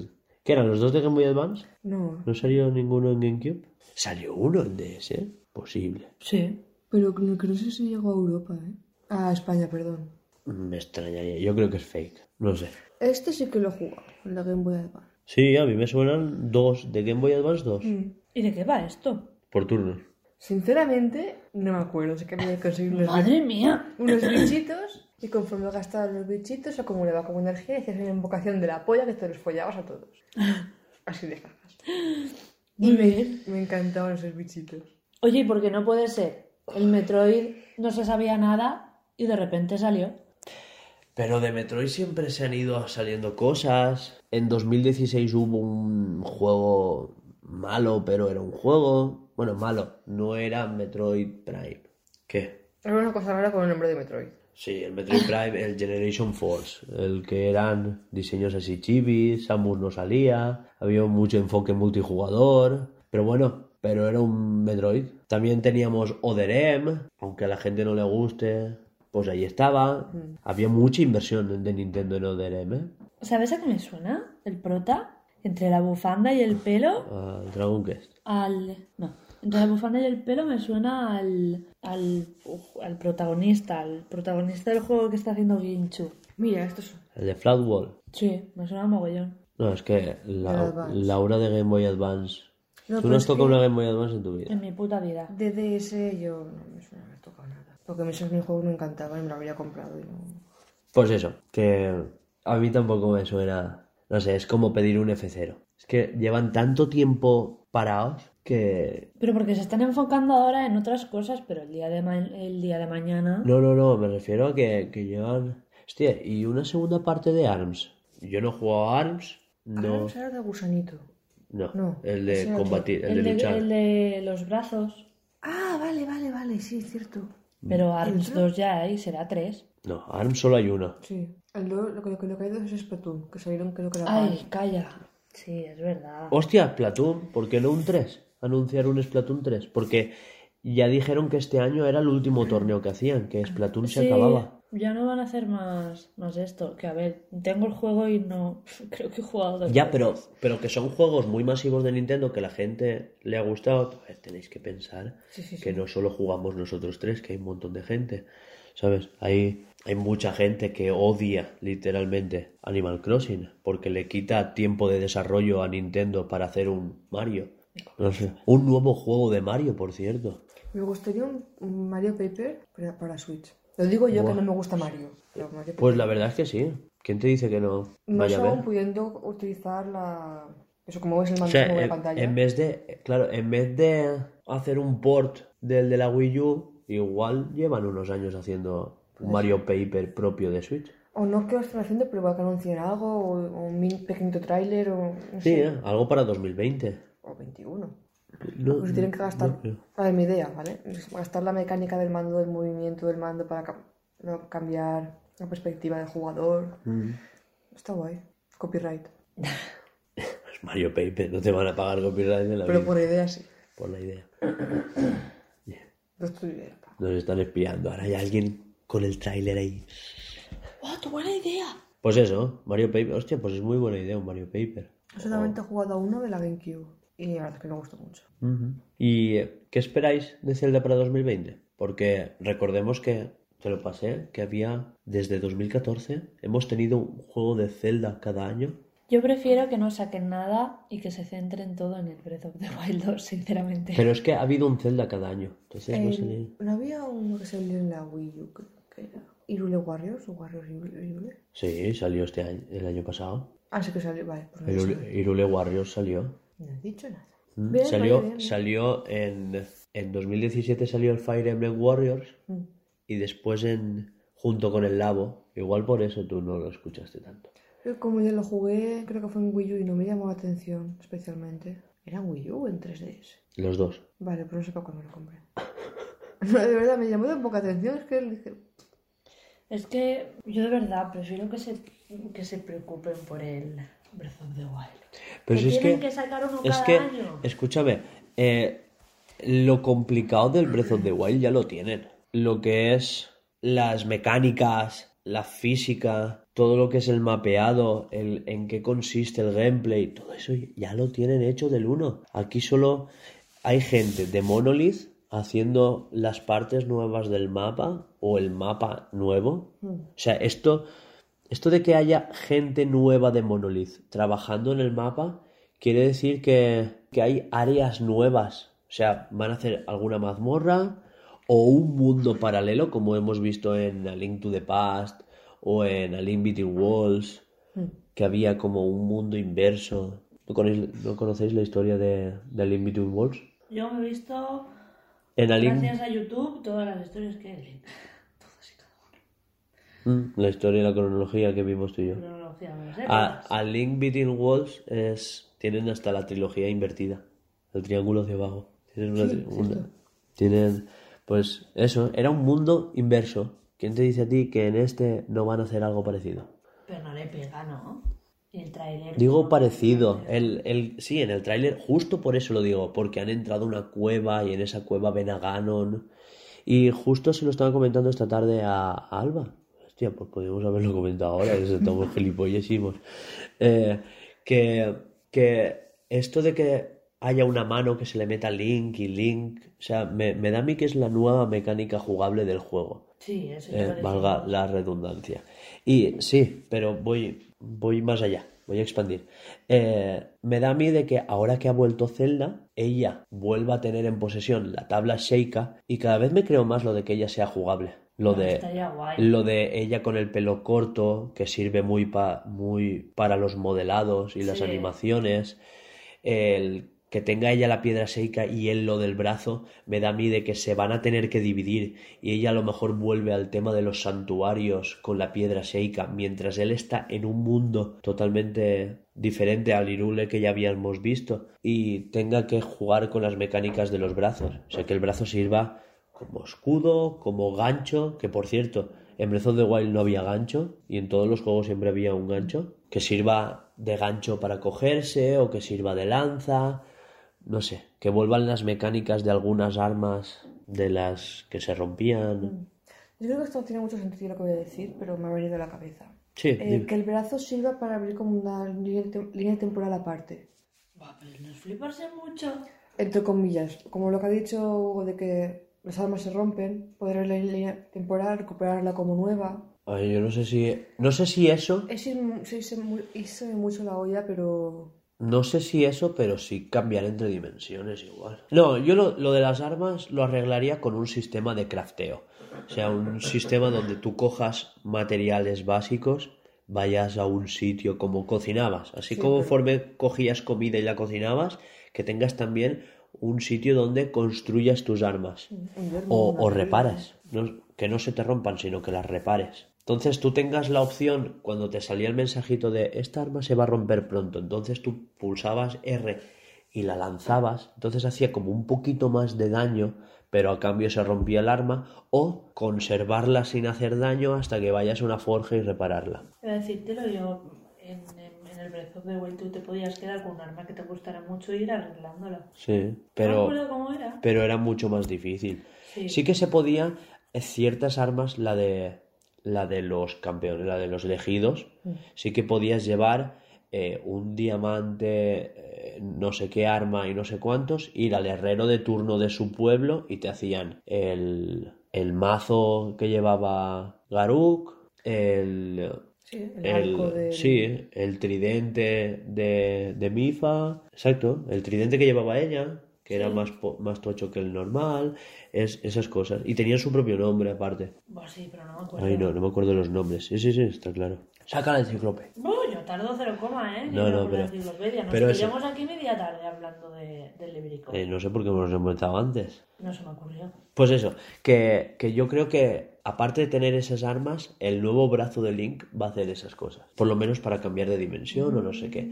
[SPEAKER 1] ¿Qué eran los dos de Game Boy Advance?
[SPEAKER 2] No.
[SPEAKER 1] ¿No salió ninguno en GameCube? ¿Salió uno en DS? Posible.
[SPEAKER 4] Sí.
[SPEAKER 2] Pero creo que no sé si llegó a Europa, ¿eh? A España, perdón.
[SPEAKER 1] Mm, Me extrañaría. Yo creo que es fake. No sé.
[SPEAKER 2] Este sí que lo jugó, en la Game Boy Advance.
[SPEAKER 1] Sí, a mí me suenan dos de Game Boy Advance, dos.
[SPEAKER 2] Mm.
[SPEAKER 4] ¿Y de qué va esto?
[SPEAKER 1] Por turnos.
[SPEAKER 2] Sinceramente, no me acuerdo. Sé que había que conseguir unos,
[SPEAKER 4] ¡Madre mía!
[SPEAKER 2] unos bichitos y conforme gastaba los bichitos acumulaba como energía y hacías una invocación de la polla que te los follabas a todos. Así de jajas.
[SPEAKER 4] Muy
[SPEAKER 2] Y me-
[SPEAKER 4] bien.
[SPEAKER 2] Me, encantaban esos bichitos.
[SPEAKER 4] Oye, ¿y por qué no puede ser? El Metroid no se sabía nada y de repente salió.
[SPEAKER 1] Pero de Metroid siempre se han ido saliendo cosas. En 2016 hubo un juego malo, pero era un juego. Bueno, malo, no era Metroid Prime. ¿Qué?
[SPEAKER 2] Era una cosa rara con el nombre de Metroid.
[SPEAKER 1] Sí, el Metroid Prime, el Generation Force, el que eran diseños así chibis, Samus no salía, había mucho enfoque multijugador, pero bueno, pero era un Metroid. También teníamos Oderem, aunque a la gente no le guste, pues ahí estaba.
[SPEAKER 2] Mm.
[SPEAKER 1] Había mucha inversión de Nintendo en Oderem, ¿eh?
[SPEAKER 4] ¿Sabes a qué me suena? El prota. Entre la bufanda y el pelo,
[SPEAKER 1] Ah, Dragon Quest.
[SPEAKER 4] al. No. Entre la bufanda y el pelo me suena al. al. uf, al protagonista, al protagonista del juego que está haciendo Ginchu.
[SPEAKER 2] Mira, estos son.
[SPEAKER 1] El de Flatwall.
[SPEAKER 4] Sí, me suena mogollón.
[SPEAKER 1] No, es que la,
[SPEAKER 2] El Advance.
[SPEAKER 1] la aura de Game Boy Advance.
[SPEAKER 2] No,
[SPEAKER 1] Tú
[SPEAKER 2] pero
[SPEAKER 1] no has
[SPEAKER 2] es
[SPEAKER 1] tocado
[SPEAKER 2] que
[SPEAKER 1] una Game Boy Advance en tu vida.
[SPEAKER 4] En mi puta vida.
[SPEAKER 2] De DS yo no me suena haber tocado nada. Porque a mí esos minijuegos me encantaban y me lo habría comprado y no...
[SPEAKER 1] Pues eso, que a mí tampoco me suena. No sé, es como pedir un F0. Es que llevan tanto tiempo parados que.
[SPEAKER 4] Pero porque se están enfocando ahora en otras cosas, pero el día de, ma- el día de mañana.
[SPEAKER 1] No, no, no, me refiero a que, que llevan. Hostia, y una segunda parte de ARMS. Yo no he jugado a ARMS,
[SPEAKER 2] Ah,
[SPEAKER 1] no.
[SPEAKER 2] Ahora de gusanito.
[SPEAKER 1] No,
[SPEAKER 2] no,
[SPEAKER 1] el
[SPEAKER 2] ese
[SPEAKER 1] de
[SPEAKER 2] era otro.
[SPEAKER 1] combatir, el,
[SPEAKER 4] el,
[SPEAKER 1] de
[SPEAKER 4] de,
[SPEAKER 1] luchar.
[SPEAKER 4] el de los brazos.
[SPEAKER 2] Ah, vale, vale, vale, sí, es cierto.
[SPEAKER 4] Pero ARMS 2 ya hay, será 3.
[SPEAKER 1] No, ARMS solo hay una.
[SPEAKER 2] Sí. El do- lo, que- lo, que- lo que hay dos es Splatoon, que salieron creo que la
[SPEAKER 4] Ay, calla. Sí, es verdad.
[SPEAKER 1] Hostia, Platoon, ¿por qué no un 3? Anunciar un Splatoon 3. Porque ya dijeron que este año era el último torneo que hacían, que Splatoon se
[SPEAKER 4] Sí,
[SPEAKER 1] acababa.
[SPEAKER 4] Ya no van a hacer más, más esto. Que a ver, tengo el juego y no. Creo que he jugado. dos
[SPEAKER 1] Ya,
[SPEAKER 4] veces.
[SPEAKER 1] pero, pero que son juegos muy masivos de Nintendo que la gente le ha gustado. A ver, tenéis que pensar
[SPEAKER 2] Sí, sí, sí.
[SPEAKER 1] que no solo jugamos nosotros tres, que hay un montón de gente. ¿Sabes? Hay, hay mucha gente que odia literalmente Animal Crossing porque le quita tiempo de desarrollo a Nintendo para hacer un Mario. No sé, un nuevo juego de Mario, por cierto.
[SPEAKER 2] Me gustaría un, un Mario Paper para, para Switch. Lo digo yo
[SPEAKER 1] Buah.
[SPEAKER 2] que no me gusta Mario. pero Mario
[SPEAKER 1] Pues
[SPEAKER 2] Paper-
[SPEAKER 1] la verdad es que sí. ¿Quién te dice que no
[SPEAKER 2] No
[SPEAKER 1] vaya a
[SPEAKER 2] solo
[SPEAKER 1] ver?
[SPEAKER 2] pudiendo utilizar la... Eso, como ves el
[SPEAKER 1] O
[SPEAKER 2] mando
[SPEAKER 1] sea,
[SPEAKER 2] como la
[SPEAKER 1] en,
[SPEAKER 2] pantalla.
[SPEAKER 1] en vez de, claro, en vez de hacer un port del de la Wii U, igual llevan unos años haciendo un Mario Paper propio de Switch.
[SPEAKER 2] O no que lo estén haciendo, pero igual que anuncien algo, o, o un mini- pequeño tráiler, o... No
[SPEAKER 1] Sí,
[SPEAKER 2] sé,
[SPEAKER 1] ¿eh? algo para 2020.
[SPEAKER 2] O 21.
[SPEAKER 1] No,
[SPEAKER 2] Pues tienen que
[SPEAKER 1] no
[SPEAKER 2] gastar...
[SPEAKER 1] creo.
[SPEAKER 2] a ver, mi idea, ¿vale? Es Gastar la mecánica del mando, del movimiento del mando para cam- no, cambiar la perspectiva del jugador.
[SPEAKER 1] Mm.
[SPEAKER 2] Está guay. Copyright.
[SPEAKER 1] Es Mario Paper, no te van a pagar copyright de la
[SPEAKER 2] Pero
[SPEAKER 1] vida,
[SPEAKER 2] por idea sí.
[SPEAKER 1] por la idea.
[SPEAKER 2] No es tu idea. pa.
[SPEAKER 1] Nos están espiando. Ahora hay alguien con el tráiler ahí.
[SPEAKER 4] ¡Oh, qué buena idea!
[SPEAKER 1] Pues eso, Mario Paper. Hostia, pues es muy buena idea un Mario Paper.
[SPEAKER 2] Yo solamente he jugado a uno de la GameCube. Y la verdad es que me gustó mucho.
[SPEAKER 1] Ujú. ¿Y eh, qué esperáis de Zelda para 2020? Porque recordemos que, te lo pasé, que había desde 2014, hemos tenido un juego de Zelda cada año.
[SPEAKER 4] Yo prefiero que no saquen nada y que se centren todo en el Breath of the Wild 2, sinceramente.
[SPEAKER 1] Pero es que ha habido un Zelda cada año. Entonces no
[SPEAKER 2] El-
[SPEAKER 1] sé ni-
[SPEAKER 2] ¿No había uno que salió en la Wii U? Creo que era. ¿Irule Warriors o Warriors Irule? Irule?
[SPEAKER 1] Sí, salió este año, el año pasado.
[SPEAKER 2] Ah, sí que salió. Vale, por eso.
[SPEAKER 1] Irule, Irule Warriors salió.
[SPEAKER 2] No he dicho nada.
[SPEAKER 1] Mm,
[SPEAKER 2] Bien,
[SPEAKER 1] salió
[SPEAKER 2] vale, bien, bien.
[SPEAKER 1] salió en, en 2017 salió el Fire Emblem Warriors
[SPEAKER 2] Mm.
[SPEAKER 1] y después en junto con el Labo. Igual por eso tú no lo escuchaste tanto.
[SPEAKER 2] Pero como yo lo jugué, creo que fue en Wii U y no me llamó la atención especialmente. ¿Era en Wii U o en 3DS?
[SPEAKER 1] Los dos.
[SPEAKER 2] Vale, pero no sé para cuándo lo compré. No, de verdad, me llamó tan poca atención. Es que dije,
[SPEAKER 4] Es que yo de verdad prefiero que se, que se preocupen por el Breath of the Wild.
[SPEAKER 1] Pero
[SPEAKER 4] que
[SPEAKER 1] si es
[SPEAKER 4] tienen
[SPEAKER 1] que-
[SPEAKER 4] sacar uno
[SPEAKER 1] Es
[SPEAKER 4] cada
[SPEAKER 1] que,
[SPEAKER 4] año.
[SPEAKER 1] escúchame, eh, lo complicado del Breath of the Wild ya lo tienen. Lo que es las mecánicas, la física, todo lo que es el mapeado, el, en qué consiste el gameplay, todo eso ya lo tienen hecho del 1. Aquí solo hay gente de Monolith haciendo las partes nuevas del mapa o el mapa nuevo.
[SPEAKER 4] Hmm.
[SPEAKER 1] O sea, esto, esto de que haya gente nueva de Monolith trabajando en el mapa quiere decir que, que hay áreas nuevas. O sea, van a hacer alguna mazmorra o un mundo paralelo, como hemos visto en A Link to the Past o en A Link Between Walls, que había como un mundo inverso. ¿No conocéis, no conocéis la historia de, de A Link Between Walls?
[SPEAKER 4] Yo me he visto,
[SPEAKER 1] En A Link-
[SPEAKER 4] gracias a YouTube, todas las historias que hay.
[SPEAKER 1] Mm, la historia y la cronología que vimos tú y yo.
[SPEAKER 4] Pero no lo hacía, no lo sé.
[SPEAKER 1] A, a Link Between Walls es, tienen hasta la trilogía invertida, el triángulo hacia abajo. Tienen una, tri- una- tienen, pues eso, era un mundo inverso. ¿Quién te dice a ti que en este no van a hacer algo parecido?
[SPEAKER 4] Pero no le pega, ¿no? Y el trailer.
[SPEAKER 1] Digo parecido, el, el, sí, en el tráiler, justo por eso lo digo, porque han entrado a una cueva y en esa cueva ven a Ganon. Y justo se lo estaba comentando esta tarde a, a Alba. Hostia, pues podríamos haberlo comentado ahora, que estamos gilipollesísimos. Eh, que, que esto de que haya una mano que se le meta a Link y Link, o sea, me, me da a mí que es la nueva mecánica jugable del juego.
[SPEAKER 4] Sí, eso ya
[SPEAKER 1] Eh,
[SPEAKER 4] lo dije.
[SPEAKER 1] valga la redundancia. Y sí, pero voy, voy más allá, voy a expandir. Eh, me da a mí de que ahora que ha vuelto Zelda, ella vuelva a tener en posesión la tabla Sheikah y cada vez me creo más lo de que ella sea jugable. Lo de,
[SPEAKER 4] Estaría guay.
[SPEAKER 1] lo de ella con el pelo corto, que sirve muy, pa- muy para los modelados y las
[SPEAKER 4] Sí.
[SPEAKER 1] animaciones. El que tenga ella la piedra seca y él lo del brazo, me da a mí de que se van a tener que dividir y ella a lo mejor vuelve al tema de los santuarios con la piedra seca, mientras él está en un mundo totalmente diferente al Irule que ya habíamos visto y tenga que jugar con las mecánicas de los brazos. O sea, que el brazo sirva como escudo, como gancho, que por cierto, en Breath of the Wild no había gancho y en todos los juegos siempre había un gancho, que sirva de gancho para cogerse o que sirva de lanza, no sé, que vuelvan las mecánicas de algunas armas de las que se rompían.
[SPEAKER 2] yo creo que esto no tiene mucho sentido lo que voy a decir, pero me ha venido a la cabeza.
[SPEAKER 1] Sí,
[SPEAKER 2] Eh,
[SPEAKER 1] dime.
[SPEAKER 2] que el brazo sirva para abrir como una línea, tem- línea temporal aparte.
[SPEAKER 4] Buah, pero nos fliparse mucho.
[SPEAKER 2] Entre comillas, como lo que ha dicho Hugo de que las armas se rompen, poder abrir la línea temporal, recuperarla como nueva.
[SPEAKER 1] Ay, yo no sé si no sé si eso,
[SPEAKER 2] Es irme, se hizo mu- hizo mucho la olla, pero
[SPEAKER 1] no sé si eso, pero sí cambiar entre dimensiones igual. No, yo lo, lo de las armas lo arreglaría con un sistema de crafteo. O sea, un sistema donde tú cojas materiales básicos vayas a un sitio como cocinabas, así como conforme cogías comida y la cocinabas, que tengas también un sitio donde construyas tus armas o, o reparas, no- que no se te rompan, sino que las repares. Entonces tú tengas la opción, cuando te salía el mensajito de esta arma se va a romper pronto, entonces tú pulsabas R y la lanzabas, entonces hacía como un poquito más de daño, pero a cambio se rompía el arma, o conservarla sin hacer daño hasta que vayas a una forja y repararla.
[SPEAKER 4] Para decírtelo yo, en, en- en el Breath of the Wild tú te podías quedar con un arma que te gustara mucho y ir arreglándola.
[SPEAKER 1] Sí,
[SPEAKER 4] No me
[SPEAKER 1] pero...
[SPEAKER 4] acuerdo cómo era.
[SPEAKER 1] pero era mucho más difícil.
[SPEAKER 4] Sí.
[SPEAKER 1] Sí que se podía eh, ciertas armas, la de la de los campeones, la de los elegidos, sí que podías llevar eh, un diamante, eh, no sé qué arma y no sé cuántos, ir al herrero de turno de su pueblo y te hacían el, el mazo que llevaba Garuk, el,
[SPEAKER 2] Sí, el,
[SPEAKER 1] el-
[SPEAKER 2] arco de...
[SPEAKER 1] Sí, el tridente de, de Mifa. Exacto, el tridente que llevaba ella, que era más, po- más tocho que el normal. Es, esas cosas. Y tenían su propio nombre aparte.
[SPEAKER 4] Buah, sí, pero no me acuerdo.
[SPEAKER 1] Ay, no, no me acuerdo los nombres. Sí, sí, sí, está claro. Sácala el cíclope.
[SPEAKER 4] No, yo tardo cero coma, ¿eh?
[SPEAKER 1] No,
[SPEAKER 4] Yo
[SPEAKER 1] no,
[SPEAKER 4] con la
[SPEAKER 1] pero-
[SPEAKER 4] enciclopedia. Nos
[SPEAKER 1] pero eso-
[SPEAKER 4] pillamos aquí media tarde hablando de, del librico.
[SPEAKER 1] Eh, no sé por qué me los he inventado antes.
[SPEAKER 4] No se me ocurrió.
[SPEAKER 1] Pues eso, que, que yo creo que aparte de tener esas armas, el nuevo brazo de Link va a hacer esas cosas. Por lo menos para cambiar de dimensión o no sé qué.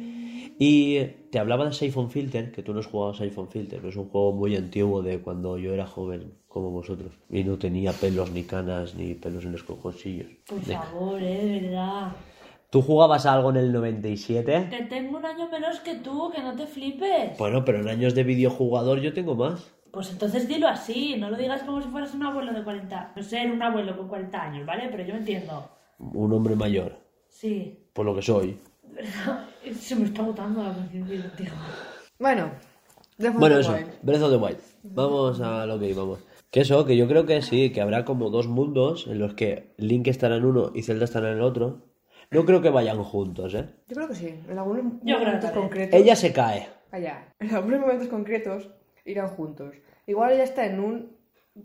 [SPEAKER 1] Y te hablaba de Siphon Filter, que tú no has jugado a Siphon Filter, es un juego muy antiguo de cuando yo era joven, como vosotros. Y no tenía pelos ni canas ni pelos en los cojoncillos.
[SPEAKER 4] Por favor, ¿eh? De verdad.
[SPEAKER 1] ¿Tú jugabas a algo en el 97?
[SPEAKER 4] Que tengo un año menos que tú, que no te flipes.
[SPEAKER 1] Bueno, pero en años de videojugador yo tengo más.
[SPEAKER 4] Pues entonces dilo así, no lo digas como si fueras un abuelo de 40. No sé, era un abuelo con 40 años, ¿vale? Pero yo entiendo.
[SPEAKER 1] Un hombre mayor,
[SPEAKER 4] Sí.
[SPEAKER 1] por lo que soy.
[SPEAKER 4] Se me está agotando la conciencia contigo.
[SPEAKER 2] Bueno, de
[SPEAKER 1] Bueno, eso, Breath of the Wild. Vamos a lo que íbamos. Que eso, que yo creo que sí, que habrá como dos mundos en los que Link estará en uno y Zelda estará en el otro. No creo que vayan juntos, ¿eh?
[SPEAKER 2] Yo creo que sí, en algunos
[SPEAKER 4] Yo creo
[SPEAKER 2] momentos
[SPEAKER 4] que también.
[SPEAKER 2] concretos...
[SPEAKER 1] Ella se cae.
[SPEAKER 2] Allá. En algunos momentos concretos irán juntos. Igual ella está en un...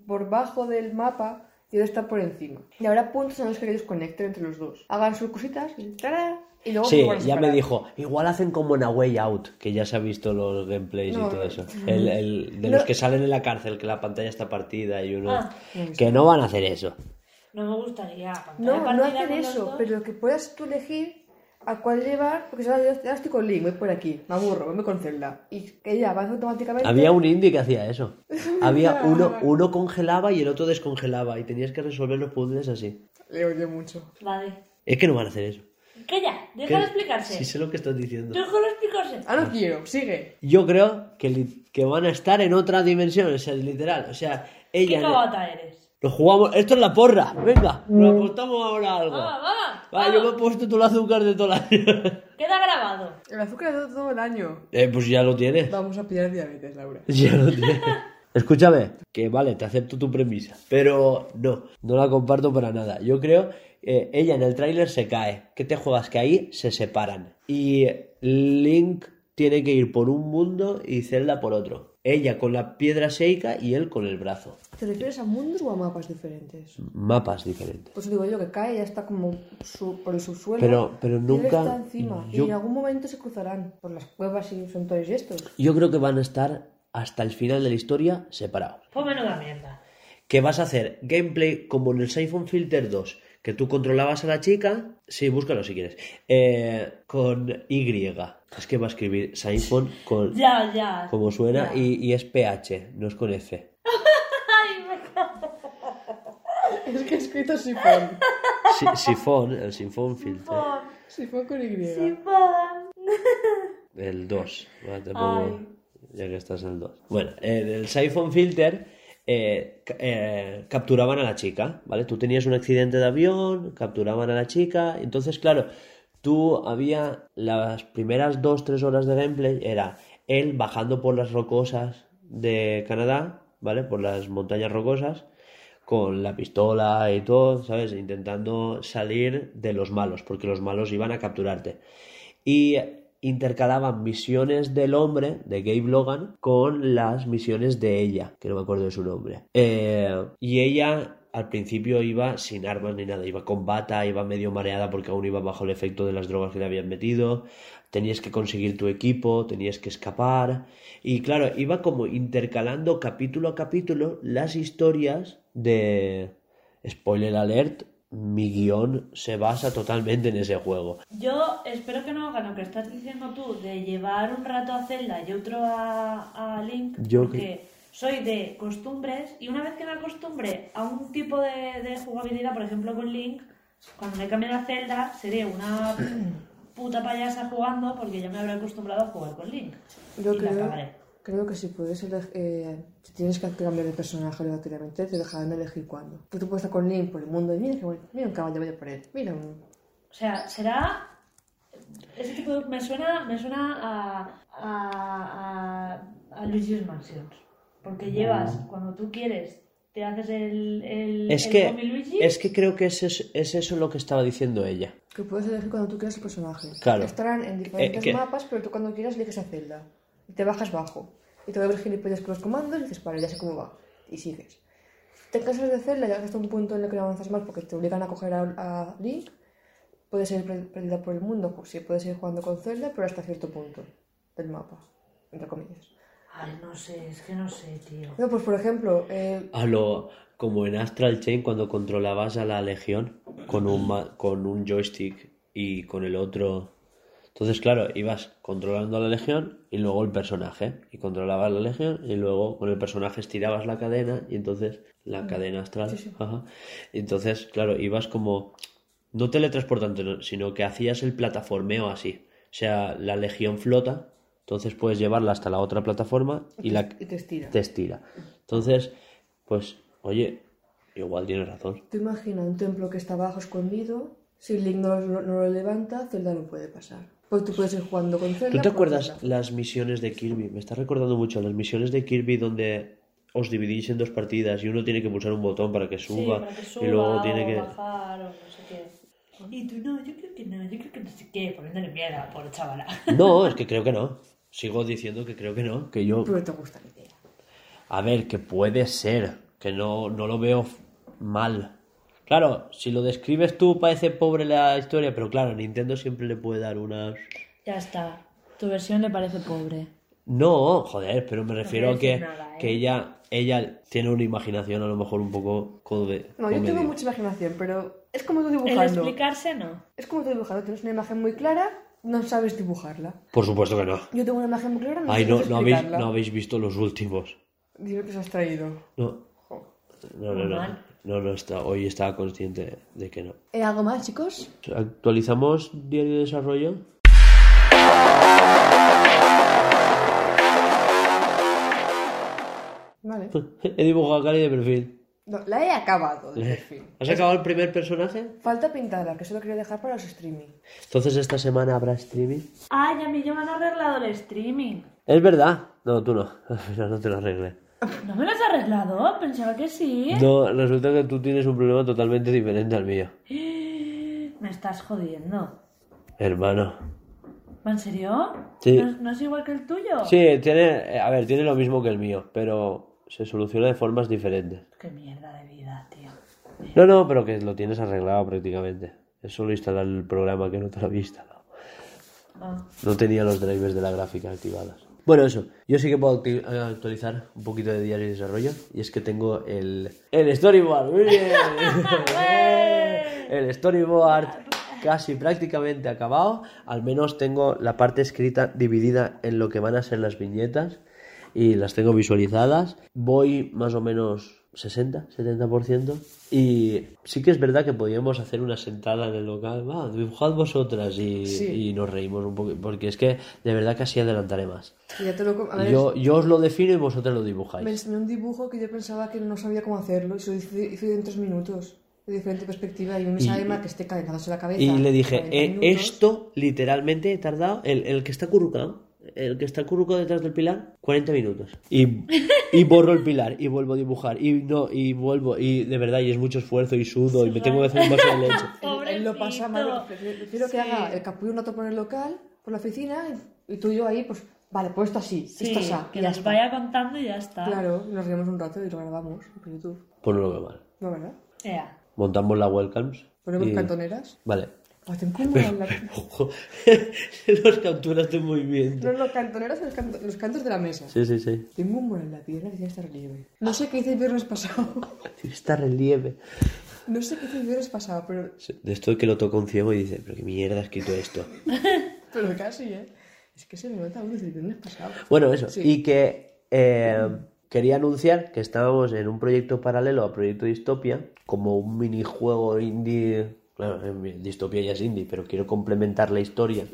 [SPEAKER 2] por bajo del mapa y él está por encima. Y habrá puntos en los que ellos conecten entre los dos. Hagan sus cositas y... ¡tarán! y luego se
[SPEAKER 1] Sí,
[SPEAKER 2] vuelvan a
[SPEAKER 1] ya me
[SPEAKER 2] separar.
[SPEAKER 1] dijo, igual hacen como en A Way Out, que ya se ha visto los gameplays
[SPEAKER 2] No,
[SPEAKER 1] y todo
[SPEAKER 2] no.
[SPEAKER 1] eso. El, el- de
[SPEAKER 2] No.
[SPEAKER 1] los que salen en la cárcel, que la pantalla está partida y uno...
[SPEAKER 4] Ah.
[SPEAKER 1] que no van a hacer eso.
[SPEAKER 4] No me gustaría. pantalla
[SPEAKER 2] No, no
[SPEAKER 4] partida
[SPEAKER 2] hacer
[SPEAKER 4] con los
[SPEAKER 2] eso,
[SPEAKER 4] dos.
[SPEAKER 2] pero que puedas tú elegir a cuál llevar, porque si ahora yo- ahora estoy con Link, voy por aquí, me aburro, voy con Zelda. Y que ella avanza automáticamente.
[SPEAKER 1] Había un indie que hacía eso. Había
[SPEAKER 2] Ya.
[SPEAKER 1] uno, uno congelaba y el otro descongelaba y tenías que resolver los puzzles así.
[SPEAKER 2] Le odio mucho.
[SPEAKER 4] Vale.
[SPEAKER 1] Es que no van a hacer eso.
[SPEAKER 4] Que ya, deja
[SPEAKER 1] ¿Qué?
[SPEAKER 4] de explicarse.
[SPEAKER 1] Sí sé lo que estás diciendo.
[SPEAKER 4] Deja de explicarse.
[SPEAKER 2] Ah, no quiero, sigue.
[SPEAKER 1] Yo creo que, li- que van a estar en otra dimensión, o sea, literal. O sea,
[SPEAKER 4] ¿Qué
[SPEAKER 1] ella...
[SPEAKER 4] cabata eres?
[SPEAKER 1] Nos jugamos... Esto es la porra. Venga, nos apostamos ahora a algo.
[SPEAKER 4] ¡Va, Ah, va!
[SPEAKER 1] Va, yo me he puesto todo el azúcar de todo el año.
[SPEAKER 4] Queda grabado.
[SPEAKER 2] El azúcar de todo el año.
[SPEAKER 1] eh, pues ya lo tienes.
[SPEAKER 2] Vamos a pillar diabetes, Laura.
[SPEAKER 1] Ya lo tienes. Escúchame, que vale, te acepto tu premisa, pero no, no la comparto para nada. Yo creo, eh, ella en el tráiler se cae. ¿Qué te juegas? Que ahí se separan. Y Link tiene que ir por un mundo y Zelda por otro. Ella con la piedra seica y él con el brazo.
[SPEAKER 2] ¿Te refieres a mundos o a mapas diferentes?
[SPEAKER 1] Mapas diferentes.
[SPEAKER 2] Pues digo yo que cae, ya está como su- por el subsuelo.
[SPEAKER 1] Pero- pero
[SPEAKER 2] y él
[SPEAKER 1] nunca-
[SPEAKER 2] está encima.
[SPEAKER 1] yo-
[SPEAKER 2] Y en algún momento se cruzarán por las cuevas y frontales y estos.
[SPEAKER 1] Yo creo que van a estar hasta el final de la historia separados.
[SPEAKER 4] Pues menuda mierda.
[SPEAKER 1] que vas a hacer gameplay como en el Siphon Filter 2, que tú controlabas a la chica. Sí, búscalo si quieres. Eh, con Y. Es que va a escribir Siphon con.
[SPEAKER 4] Ya, ya.
[SPEAKER 1] Como suena, y, y es PH, no es con F.
[SPEAKER 2] Es que he escrito sifón.
[SPEAKER 1] Si- sifón, el Sifón Filter.
[SPEAKER 2] sifón con Y.
[SPEAKER 1] El 2. Bueno, te pongo- ya que estás en el 2. Bueno, en el Siphon Filter eh, ca- eh, capturaban a la chica, ¿vale? Tú tenías un accidente de avión, capturaban a la chica. Entonces, claro, tú había las primeras 2-3 horas de gameplay, era él bajando por las rocosas de Canadá, ¿vale? Por las montañas rocosas con la pistola y todo, ¿sabes? Intentando salir de los malos, porque los malos iban a capturarte. Y intercalaban misiones del hombre, de Gabe Logan, con las misiones de ella, que no me acuerdo de su nombre. Eh, y ella al principio iba sin armas ni nada, iba con bata, iba medio mareada porque aún iba bajo el efecto de las drogas que le habían metido, tenías que conseguir tu equipo, tenías que escapar y claro, iba como intercalando capítulo a capítulo las historias de... Spoiler alert, mi guión se basa totalmente en ese juego.
[SPEAKER 4] Yo espero que no hagan lo que estás diciendo tú de llevar un rato a Zelda y otro a, a Link.
[SPEAKER 1] Yo
[SPEAKER 4] porque
[SPEAKER 1] que-
[SPEAKER 4] soy de costumbres y una vez que me acostumbre a un tipo de, de jugabilidad, por ejemplo con Link, cuando me cambie a Zelda seré una puta payasa jugando porque ya me habré acostumbrado a jugar con Link.
[SPEAKER 2] Yo
[SPEAKER 4] y la
[SPEAKER 2] creo,
[SPEAKER 4] cagaré.
[SPEAKER 2] creo que si puedes eleg- eh, si tienes que cambiar de personaje aleatoriamente, te dejarán elegir cuándo. Pues tú puedes estar con Link por el mundo y mira, qué bonito, mira un caballo voy a por él, mira un...
[SPEAKER 4] O sea, será. Ese tipo de- Me suena, me suena a. a. a, a Luigi's Mansion. Porque llevas, cuando tú quieres, te haces el. el
[SPEAKER 1] Es
[SPEAKER 4] el
[SPEAKER 1] que,
[SPEAKER 4] Tommy Luigi.
[SPEAKER 1] es que creo que es, es, es eso lo que estaba diciendo ella.
[SPEAKER 2] Que puedes elegir cuando tú quieras el personaje.
[SPEAKER 1] Claro.
[SPEAKER 2] Estarán en diferentes
[SPEAKER 1] Eh, que-
[SPEAKER 2] mapas, pero tú cuando quieras eliges a Zelda. Y te bajas bajo. Y te va a ver gilipollas con los comandos y dices, vale, ya sé cómo va. Y sigues. Te cansas de Zelda, llegas hasta un punto en el que no avanzas más porque te obligan a coger a, a Link. Puedes ir per- perdida por el mundo, pues sí, puedes ir jugando con Zelda, pero hasta cierto punto del mapa, entre comillas.
[SPEAKER 4] Ay, no sé, es que no sé, tío.
[SPEAKER 2] No, pues por ejemplo, eh,
[SPEAKER 1] A lo, como en Astral Chain cuando controlabas a la Legión con un, ma- con un joystick y con el otro. Entonces, claro, ibas controlando a la Legión y luego el personaje. Y controlabas la Legión y luego con el personaje estirabas la cadena y entonces la cadena astral.
[SPEAKER 2] Mm. Sí, sí.
[SPEAKER 1] ajá. Y entonces, claro, ibas como... No teletransportante, no, sino que hacías el plataformeo así. O sea, la Legión flota, entonces puedes llevarla hasta la otra plataforma y la
[SPEAKER 2] y te estira.
[SPEAKER 1] te estira. Entonces, pues, oye, igual tienes razón.
[SPEAKER 2] Tú imagina un templo que está abajo escondido, si Link no, lo- no lo levanta, Zelda no puede pasar. Pues tú puedes ir jugando con Zelda.
[SPEAKER 1] ¿Tú te
[SPEAKER 2] por
[SPEAKER 1] acuerdas
[SPEAKER 2] Zelda.
[SPEAKER 1] las misiones de Kirby? Me estás recordando mucho las misiones de Kirby donde os dividís en dos partidas y uno tiene que pulsar un botón para que
[SPEAKER 4] Sí,
[SPEAKER 1] suba,
[SPEAKER 4] para que suba
[SPEAKER 1] y luego
[SPEAKER 4] o
[SPEAKER 1] tiene que...
[SPEAKER 4] bajar o no sé qué. Y tú no, yo creo que no, yo creo que no sé qué, poniéndole mierda por chavala.
[SPEAKER 1] No, es que creo que no. Sigo diciendo que creo que no, que yo...
[SPEAKER 2] Pero te gusta la idea.
[SPEAKER 1] A ver, que puede ser, que no, no lo veo f- mal. Claro, si lo describes tú parece pobre la historia, pero claro, Nintendo siempre le puede dar unas...
[SPEAKER 4] Ya está. Tu versión le parece pobre.
[SPEAKER 1] No, joder, pero me refiero a
[SPEAKER 4] quiero
[SPEAKER 1] que,
[SPEAKER 4] decir nada, ¿eh?
[SPEAKER 1] que ella, ella tiene una imaginación a lo mejor un poco code-
[SPEAKER 2] No, yo tengo
[SPEAKER 1] comedida.
[SPEAKER 2] mucha imaginación, pero es como tú
[SPEAKER 4] El
[SPEAKER 2] dibujando.
[SPEAKER 4] explicarse no.
[SPEAKER 2] Es como tú dibujando. Tienes una imagen muy clara, no sabes dibujarla.
[SPEAKER 1] Por supuesto que no.
[SPEAKER 2] Yo tengo una imagen muy clara, no
[SPEAKER 1] Ay,
[SPEAKER 2] sé
[SPEAKER 1] no,
[SPEAKER 2] cómo
[SPEAKER 1] no, habéis,
[SPEAKER 2] explicarla.
[SPEAKER 1] no habéis visto los últimos.
[SPEAKER 2] Dime que se has traído.
[SPEAKER 1] No, no, no, no. No, no, está, hoy estaba consciente de que no.
[SPEAKER 2] Eh, ¿Algo más, chicos?
[SPEAKER 1] ¿Actualizamos diario de desarrollo?
[SPEAKER 2] Vale.
[SPEAKER 1] He dibujado a Cali de perfil.
[SPEAKER 2] No, la he acabado,
[SPEAKER 1] Eh.
[SPEAKER 2] de perfil.
[SPEAKER 1] ¿Has acabado el primer personaje?
[SPEAKER 2] Falta pintada, que solo quería dejar para los streaming.
[SPEAKER 1] Entonces esta semana habrá streaming.
[SPEAKER 4] Ay, a mí Ah, ya me han arreglado el streaming.
[SPEAKER 1] Es verdad. No, tú no. Al final no te lo arreglé.
[SPEAKER 4] ¿No me lo has arreglado? Pensaba que sí.
[SPEAKER 1] No, resulta que tú tienes un problema totalmente diferente al mío.
[SPEAKER 4] Me estás jodiendo.
[SPEAKER 1] Hermano.
[SPEAKER 4] ¿Va en serio?
[SPEAKER 1] Sí.
[SPEAKER 4] ¿No, no es igual que el tuyo?
[SPEAKER 1] Sí, tiene, eh, a ver, tiene lo mismo que el mío, pero se soluciona de formas diferentes.
[SPEAKER 4] Qué mierda de vida, tío.
[SPEAKER 1] No, no, pero que lo tienes arreglado prácticamente. Es solo instalar el programa que no te lo había instalado.
[SPEAKER 4] Ah,
[SPEAKER 1] No tenía los drivers de la gráfica activadas. Bueno, eso. Yo sí que puedo acti- eh, actualizar un poquito de diario de desarrollo. Y es que tengo el, el storyboard. ¡Muy bien! el storyboard casi prácticamente acabado. Al menos tengo la parte escrita dividida en lo que van a ser las viñetas. Y las tengo visualizadas. Voy más o menos 60, 70%. Y sí que es verdad que podíamos hacer una sentada en el local. Va, dibujad vosotras y,
[SPEAKER 2] Sí.
[SPEAKER 1] y nos reímos un poco. Porque es que de verdad que así adelantaré más.
[SPEAKER 2] Y ya te lo... com- A ver,
[SPEAKER 1] Yo, yo os lo defino y vosotros lo dibujáis.
[SPEAKER 2] me enseñó un dibujo que yo pensaba que no sabía cómo hacerlo y se lo hice, hice en tres minutos. De diferente perspectiva y un
[SPEAKER 1] Y-
[SPEAKER 2] Saema que esté calentándose la cabeza.
[SPEAKER 1] Y le dije,
[SPEAKER 2] 40
[SPEAKER 1] "Eh,
[SPEAKER 2] minutos.
[SPEAKER 1] esto literalmente he tardado, el, el que está currucado, el que está currucado detrás del pilar, 40 minutos. Y, y borro el pilar y vuelvo a dibujar. Y no, y vuelvo, y de verdad, y es mucho esfuerzo y sudo, y me tengo que hacer un vaso de leche.
[SPEAKER 2] Él- él lo pasa mal.
[SPEAKER 4] Pobrecito.
[SPEAKER 2] Prefiero prefiero que
[SPEAKER 4] Sí.
[SPEAKER 2] haga eh, el capullo un rato por el local, por la oficina, y, y tú y yo ahí, pues, vale, pues esto así,
[SPEAKER 4] Sí,
[SPEAKER 2] esto así.
[SPEAKER 4] que
[SPEAKER 2] y ya
[SPEAKER 4] nos
[SPEAKER 2] está.
[SPEAKER 4] vaya contando y ya está.
[SPEAKER 2] Claro, nos reímos un rato y lo grabamos por YouTube.
[SPEAKER 1] Pues no lo veo mal.
[SPEAKER 2] ¿No, verdad?
[SPEAKER 4] Ea.
[SPEAKER 1] Montamos la webcams.
[SPEAKER 2] Ponemos
[SPEAKER 1] y-
[SPEAKER 2] cantoneras. Pues
[SPEAKER 1] Vale.
[SPEAKER 2] Hacen como la-
[SPEAKER 1] Ojo, los capturas de movimiento.
[SPEAKER 2] No, los cantoneras, los, canto- los cantos de la mesa.
[SPEAKER 1] Sí, sí, sí.
[SPEAKER 2] Tengo un mono en la pierna que tiene este relieve. No sé qué hice el viernes pasado.
[SPEAKER 1] Está relieve.
[SPEAKER 2] No sé qué hice el viernes pasado, pero,
[SPEAKER 1] Sí, De esto que lo toca un ciego y dice, pero qué mierda ha escrito esto.
[SPEAKER 2] pero casi, ¿eh? Es que se me nota uno desde el viernes pasado.
[SPEAKER 1] Bueno, eso.
[SPEAKER 2] Sí.
[SPEAKER 1] Y que eh, quería anunciar que estábamos en un proyecto paralelo a Proyecto Distopia, como un minijuego indie. Claro, en Distopia ya es indie, pero quiero complementar la historia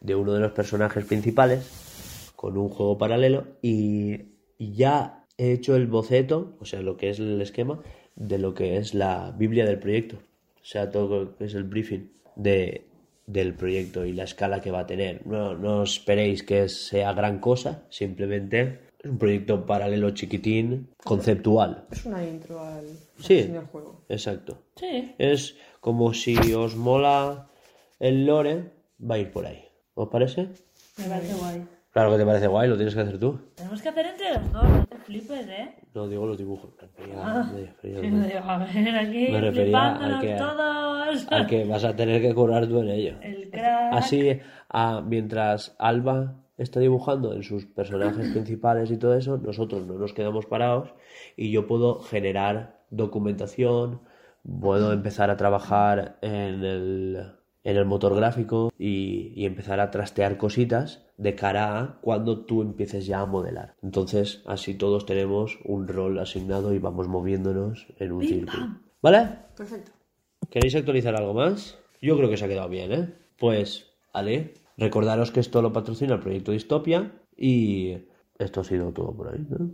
[SPEAKER 1] de uno de los personajes principales con un juego paralelo. Y, y ya he hecho el boceto, o sea, lo que es el esquema, de lo que es la Biblia del proyecto. O sea, todo lo que es el briefing de, del proyecto y la escala que va a tener. No, no esperéis que sea gran cosa, simplemente es un proyecto paralelo chiquitín, conceptual.
[SPEAKER 2] Es una intro al, al
[SPEAKER 1] Sí.
[SPEAKER 2] diseño del juego.
[SPEAKER 1] Exacto.
[SPEAKER 4] Sí.
[SPEAKER 1] Es como si os mola el lore, va a ir por ahí. ¿Os parece?
[SPEAKER 4] Me parece guay.
[SPEAKER 1] Claro que te parece guay, lo tienes que hacer tú.
[SPEAKER 4] Tenemos que hacer entre los dos, no te flipes, ¿eh?
[SPEAKER 1] No digo los dibujos. Me refería- me refería
[SPEAKER 4] Yo digo, a ver, aquí
[SPEAKER 1] Me refería
[SPEAKER 4] flipándonos
[SPEAKER 1] a que-
[SPEAKER 4] todos.
[SPEAKER 1] al que vas a tener que curar tú en ello.
[SPEAKER 4] El crack.
[SPEAKER 1] Así, ah, mientras Alba está dibujando en sus personajes principales y todo eso, nosotros no nos quedamos parados y yo puedo generar documentación, puedo empezar a trabajar en el, en el motor gráfico y, y empezar a trastear cositas de cara a cuando tú empieces ya a modelar. Entonces, así todos tenemos un rol asignado y vamos moviéndonos en un círculo. ¿Vale?
[SPEAKER 2] Perfecto.
[SPEAKER 1] ¿Queréis actualizar algo más? Yo creo que se ha quedado bien, ¿eh? Pues, vale. Recordaros que esto lo patrocina el proyecto Distopia y esto ha sido todo por ahí, ¿no?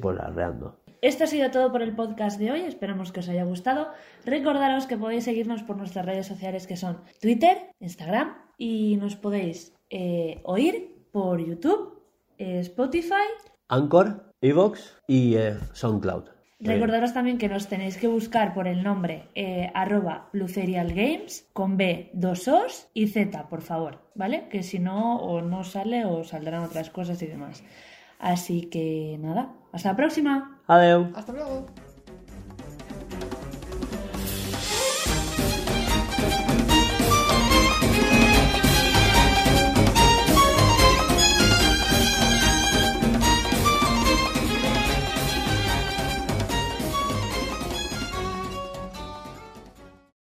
[SPEAKER 1] Pues arreando.
[SPEAKER 4] Esto ha sido todo por el podcast de hoy, esperamos que os haya gustado. Recordaros que podéis seguirnos por nuestras redes sociales que son Twitter, Instagram y nos podéis eh, oír por YouTube, eh, Spotify.
[SPEAKER 1] Anchor, Evox y eh, SoundCloud. Muy bien.
[SPEAKER 4] Recordaros también que nos tenéis que buscar por el nombre eh, arroba Blue Serial Games con B, dos Os y Z, por favor, ¿vale? Que si no, o no sale o saldrán otras cosas y demás. Así que nada, hasta la próxima.
[SPEAKER 1] Adeu.
[SPEAKER 2] Hasta luego.